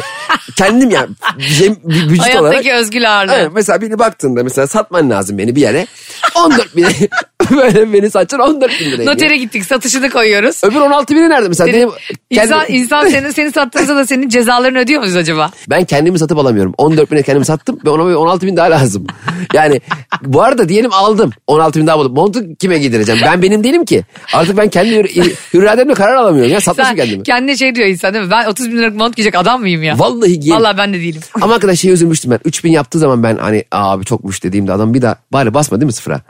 Speaker 3: kendim yani cem- vü- vücut olarak.
Speaker 2: Hayattaki özgür ağırlığı.
Speaker 3: Evet, mesela beni baktığında mesela satman lazım beni bir yere. 14 bin böyle beni satsan 14 bin liraya.
Speaker 2: Notere gittik satışını koyuyoruz.
Speaker 3: Öbür 16 bini nerede mesela?
Speaker 2: Dedim,
Speaker 3: Benim
Speaker 2: insan,
Speaker 3: kendim-
Speaker 2: insan senin, seni sattığınızda da senin cezalarını ödüyor muyuz acaba?
Speaker 3: Ben kendimi satıp alamıyorum. 14 bine kendimi sattım ve ona bir 16 bin daha lazım. Yani bu arada diyelim aldım. 16 bin daha buldum. Montu kime giydireceğim? Ben benim değilim ki. Artık ben kendi hür- hürriyademle karar alamıyorum ya. Satmışım
Speaker 2: Sen
Speaker 3: kendimi.
Speaker 2: kendine şey diyor insan değil mi? Ben 30 bin liralık mont giyecek adam mıyım ya?
Speaker 3: Vallahi giyerim.
Speaker 2: Vallahi ben de değilim.
Speaker 3: Ama arkadaş şey üzülmüştüm ben. 3000 yaptığı zaman ben hani "Aa abi çokmuş dediğimde adam bir daha bari basma değil mi sıfıra?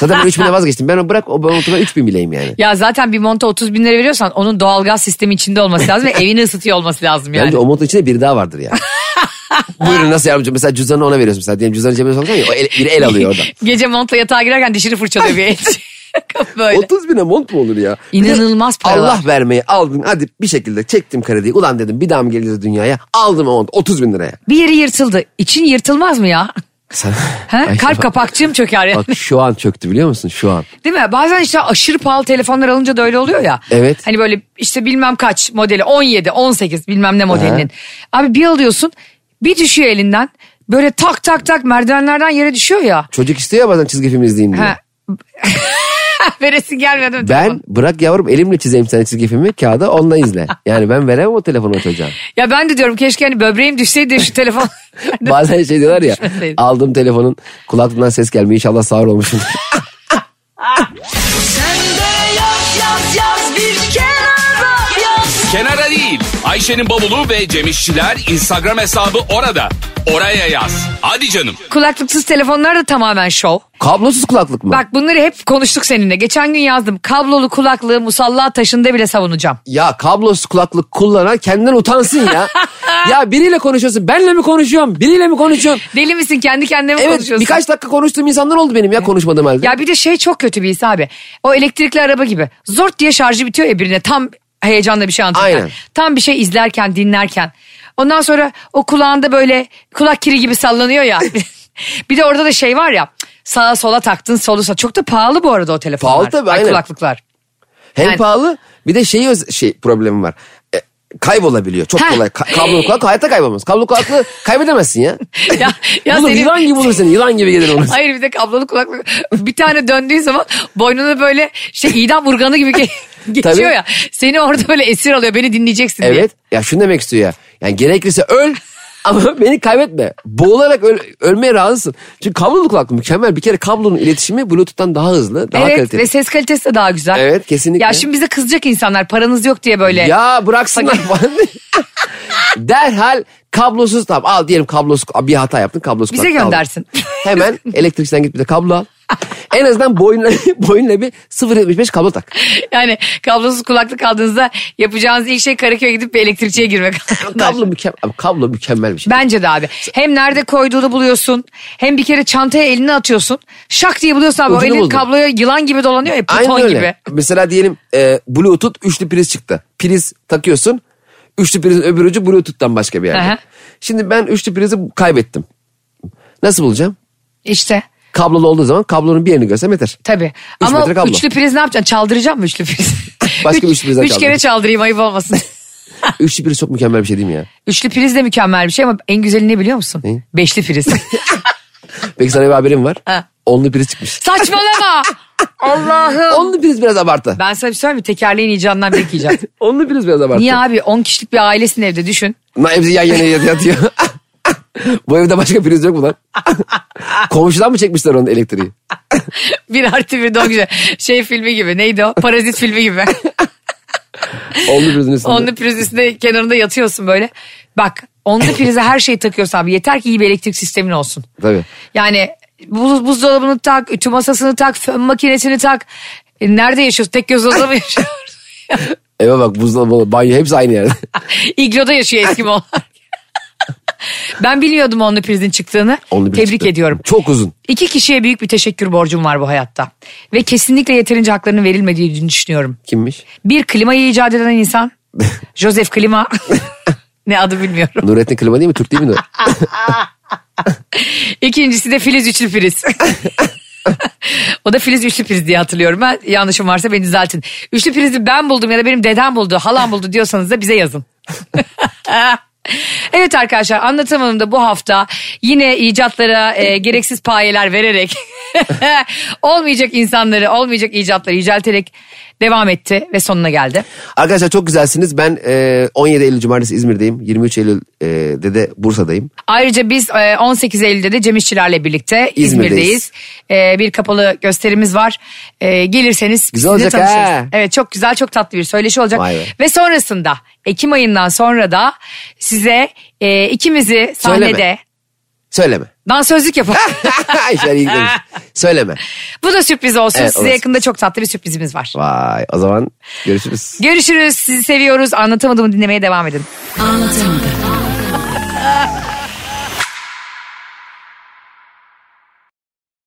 Speaker 3: Zaten ben 3000'e vazgeçtim. Ben o- bırak o ben otuma 3000 bileyim yani.
Speaker 2: Ya zaten bir monta 30 bin lira veriyorsan onun doğalgaz sistemi içinde olması lazım ve evini ısıtıyor olması lazım yani.
Speaker 3: Bence o montun içinde biri daha vardır yani. Buyurun nasıl yardımcı? Mesela cüzdanı ona veriyorsun. Mesela diyelim cüzdanı cebine soksan ya o el, biri el alıyor oradan.
Speaker 2: Gece montla yatağa girerken dişini fırçalıyor bir elçi. Böyle.
Speaker 3: 30 bine mont mu olur ya? Bir de
Speaker 2: İnanılmaz paralar.
Speaker 3: Allah vermeyi aldın. Hadi bir şekilde çektim krediyi. Ulan dedim bir daha mı geliriz dünyaya? Aldım o mont 30 bin liraya.
Speaker 2: Bir yeri yırtıldı. İçin yırtılmaz mı ya?
Speaker 3: Sen,
Speaker 2: He?
Speaker 3: Ay,
Speaker 2: Kalp
Speaker 3: bak-
Speaker 2: kapakçığım çöker ya.
Speaker 3: Bak şu an çöktü biliyor musun şu an.
Speaker 2: Değil mi? Bazen işte aşırı pahalı telefonlar alınca da öyle oluyor ya.
Speaker 3: Evet.
Speaker 2: Hani böyle işte bilmem kaç modeli 17, 18 bilmem ne modelinin. Abi bir alıyorsun bir düşüyor elinden. Böyle tak tak tak merdivenlerden yere düşüyor ya.
Speaker 3: Çocuk istiyor ya bazen çizgi film izleyeyim diye.
Speaker 2: Ha. Veresi gelmiyor değil mi?
Speaker 3: Ben bırak yavrum elimle çizeyim sana çizgi filmi kağıda onunla izle. Yani ben veremem o telefonu o çocuğa.
Speaker 2: Ya ben de diyorum keşke hani böbreğim düşseydi şu telefon.
Speaker 3: Bazen şey diyorlar ya
Speaker 2: Düşmeseydi.
Speaker 3: aldığım telefonun kulaklığından ses gelmiyor inşallah sağır olmuşum.
Speaker 1: Kenara değil. Ayşe'nin bavulu ve Cemişçiler Instagram hesabı orada. Oraya yaz. Hadi canım.
Speaker 2: Kulaklıksız telefonlar da tamamen şov.
Speaker 3: Kablosuz kulaklık mı?
Speaker 2: Bak bunları hep konuştuk seninle. Geçen gün yazdım. Kablolu kulaklığı musalla taşında bile savunacağım.
Speaker 3: Ya kablosuz kulaklık kullanan kendinden utansın ya. ya biriyle konuşuyorsun benle mi konuşuyorum biriyle mi konuşuyorum?
Speaker 2: Deli misin kendi kendine mi
Speaker 3: Evet
Speaker 2: konuşuyorsun?
Speaker 3: birkaç dakika konuştuğum insanlar oldu benim ya konuşmadığım halde.
Speaker 2: Ya bir de şey çok kötü bir his abi. O elektrikli araba gibi. Zort diye şarjı bitiyor ya birine tam heyecanla bir şey anlatırken.
Speaker 3: Aynen.
Speaker 2: Tam bir şey izlerken dinlerken. Ondan sonra o kulağında böyle kulak kiri gibi sallanıyor ya. bir de orada da şey var ya sağa sola taktın solu sağa. Çok da pahalı bu arada o telefonlar.
Speaker 3: Pahalı tabii,
Speaker 2: Ay,
Speaker 3: aynen.
Speaker 2: kulaklıklar.
Speaker 3: Hem
Speaker 2: Yani-
Speaker 3: pahalı bir de şey şey problemi var. E, kaybolabiliyor. Çok
Speaker 2: Heh.
Speaker 3: kolay. Ka- kablo kulak hayatta kaybolmaz. Kablo kulaklığı kaybedemezsin ya.
Speaker 2: Ya- ya
Speaker 3: Bulur,
Speaker 2: senin-
Speaker 3: yılan gibi bulur seni. Yılan gibi gelir onu.
Speaker 2: Hayır bir de kablolu kulaklık. Bir tane döndüğü zaman boynunu böyle şey idam urganı gibi ge- geçiyor
Speaker 3: Tabii.
Speaker 2: ya. Seni orada böyle esir alıyor. Beni dinleyeceksin diye.
Speaker 3: Evet. Ya şunu demek istiyor ya. Yani gerekirse öl ama beni kaybetme. Boğularak öl- ölmeye razısın. Çünkü kablolu kulaklık mükemmel. Bir kere kablonun iletişimi Bluetooth'tan daha hızlı, daha
Speaker 2: evet
Speaker 3: kaliteli.
Speaker 2: ve ses kalitesi de daha güzel.
Speaker 3: Evet, kesinlikle.
Speaker 2: Ya şimdi bize kızacak insanlar paranız yok diye böyle.
Speaker 3: Ya bıraksınlar falan. Derhal kablosuz tam al diyelim kablosuz bir hata yaptın kablosuz.
Speaker 2: Bize
Speaker 3: kulaklık aldın.
Speaker 2: göndersin.
Speaker 3: Hemen elektrikçiden git bir de kablo al. En azından boyunla, boyunla bir 0.75 kablo tak.
Speaker 2: Yani kablosuz kulaklık aldığınızda yapacağınız ilk şey Karaköy'e gidip bir elektrikçiye girmek.
Speaker 3: Kablo mükemmel, kablo mükemmel bir şey.
Speaker 2: Bence de abi. Hem nerede koyduğunu buluyorsun. Hem bir kere çantaya elini atıyorsun. Şak diye buluyorsun abi. O
Speaker 3: Ucunu
Speaker 2: elin
Speaker 3: buldun.
Speaker 2: kabloya yılan gibi dolanıyor ya.
Speaker 3: Aynı
Speaker 2: Piton
Speaker 3: öyle.
Speaker 2: gibi.
Speaker 3: Mesela diyelim e, Bluetooth üçlü priz çıktı. Priz takıyorsun. Üçlü prizin öbür ucu Bluetooth'tan başka bir yerde.
Speaker 2: Aha.
Speaker 3: Şimdi ben üçlü prizi kaybettim. Nasıl bulacağım?
Speaker 2: İşte.
Speaker 3: Kablolu olduğu zaman kablonun bir yerini görsem yeter.
Speaker 2: Tabii.
Speaker 3: Üç
Speaker 2: Ama
Speaker 3: metre kablo.
Speaker 2: üçlü priz ne yapacaksın? Çaldıracak mı üçlü priz?
Speaker 3: Başka bir
Speaker 2: üç,
Speaker 3: üçlü prizden
Speaker 2: Üç kere
Speaker 3: çaldıracağım.
Speaker 2: çaldırayım ayıp olmasın. Ah.
Speaker 3: Üçlü priz çok mükemmel bir şey değil mi ya?
Speaker 2: üçlü priz de mükemmel bir şey ama en güzeli ne biliyor musun? Beşli priz.
Speaker 3: Peki sana bir haberim var.
Speaker 2: Ha.
Speaker 3: Onlu priz çıkmış.
Speaker 2: Saçmalama. Allah'ım.
Speaker 3: Onlu priz biraz abartı.
Speaker 2: Ah. Ben sana bir şey söyleyeyim mi? Tekerleğin icadından bir yiyeceğim.
Speaker 3: Onlu priz biraz abartı.
Speaker 2: Niye abi? 10 kişilik bir ailesin evde düşün.
Speaker 3: Lan hepsi yan yana yat- yatıyor. Ah, Bu evde başka priz yok mu lan? Komşudan mı çekmişler onun elektriği?
Speaker 2: Bir artı bir de on kişi. Şey filmi gibi. Neydi o? Parazit filmi gibi.
Speaker 3: Onlu prizin üstünde.
Speaker 2: Onlu priz üstünde kenarında yatıyorsun böyle. Bak onlu prize her şeyi takıyorsun abi. Yeter ki iyi bir elektrik sistemin olsun.
Speaker 3: Tabii.
Speaker 2: Yani buz, buzdolabını tak, ütü masasını tak, fön makinesini tak. E, nerede yaşıyorsun? Tek göz odada mı yaşıyorsun?
Speaker 3: Eve bak buzdolabı, banyo hepsi aynı yerde.
Speaker 2: İglo'da yaşıyor Eskimoğullar. ben bilmiyordum onlu prizin çıktığını.
Speaker 3: Onlu priz
Speaker 2: Tebrik
Speaker 3: çıktı.
Speaker 2: ediyorum.
Speaker 3: Çok uzun.
Speaker 2: İki kişiye büyük bir teşekkür borcum var bu hayatta. Ve kesinlikle yeterince haklarının verilmediğini düşünüyorum.
Speaker 3: Kimmiş?
Speaker 2: Bir klimayı icat eden insan. Joseph Klima. ne adı bilmiyorum.
Speaker 3: Nurettin Klima değil mi? Türk değil mi? o?
Speaker 2: İkincisi de Filiz Üçlü Priz. o da Filiz Üçlü Priz diye hatırlıyorum. Ben yanlışım varsa beni düzeltin. Üçlü Priz'i ben buldum ya da benim dedem buldu, halam buldu diyorsanız da bize yazın. evet arkadaşlar anlatamadım da bu hafta yine icatlara e, gereksiz payeler vererek olmayacak insanları, olmayacak icatları yücelterek devam etti ve sonuna geldi.
Speaker 3: Arkadaşlar çok güzelsiniz. Ben e, 17 Eylül Cumartesi İzmir'deyim. 23 Eylül e, de de Bursa'dayım.
Speaker 2: Ayrıca biz e, 18 Eylül'de de Cem İşçilerle birlikte İzmir'deyiz.
Speaker 3: İzmir'deyiz.
Speaker 2: E, Bir kapalı gösterimiz var. E, Gelirseniz
Speaker 3: Güzel
Speaker 2: sizi
Speaker 3: olacak
Speaker 2: tanışırız.
Speaker 3: ha.
Speaker 2: Evet çok güzel çok tatlı bir söyleşi olacak.
Speaker 3: Vay be.
Speaker 2: Ve sonrasında Ekim ayından sonra da size e, ikimizi sahnede
Speaker 3: Söyleme. Söyleme.
Speaker 2: dansözlük yapar.
Speaker 3: İşler iyi gidiyormuş. Söyleme.
Speaker 2: Bu da sürpriz olsun.
Speaker 3: Evet,
Speaker 2: size
Speaker 3: olsun.
Speaker 2: yakında çok tatlı bir sürprizimiz var.
Speaker 3: Vay o zaman görüşürüz.
Speaker 2: Görüşürüz. Sizi seviyoruz. Anlatamadığımı dinlemeye devam edin.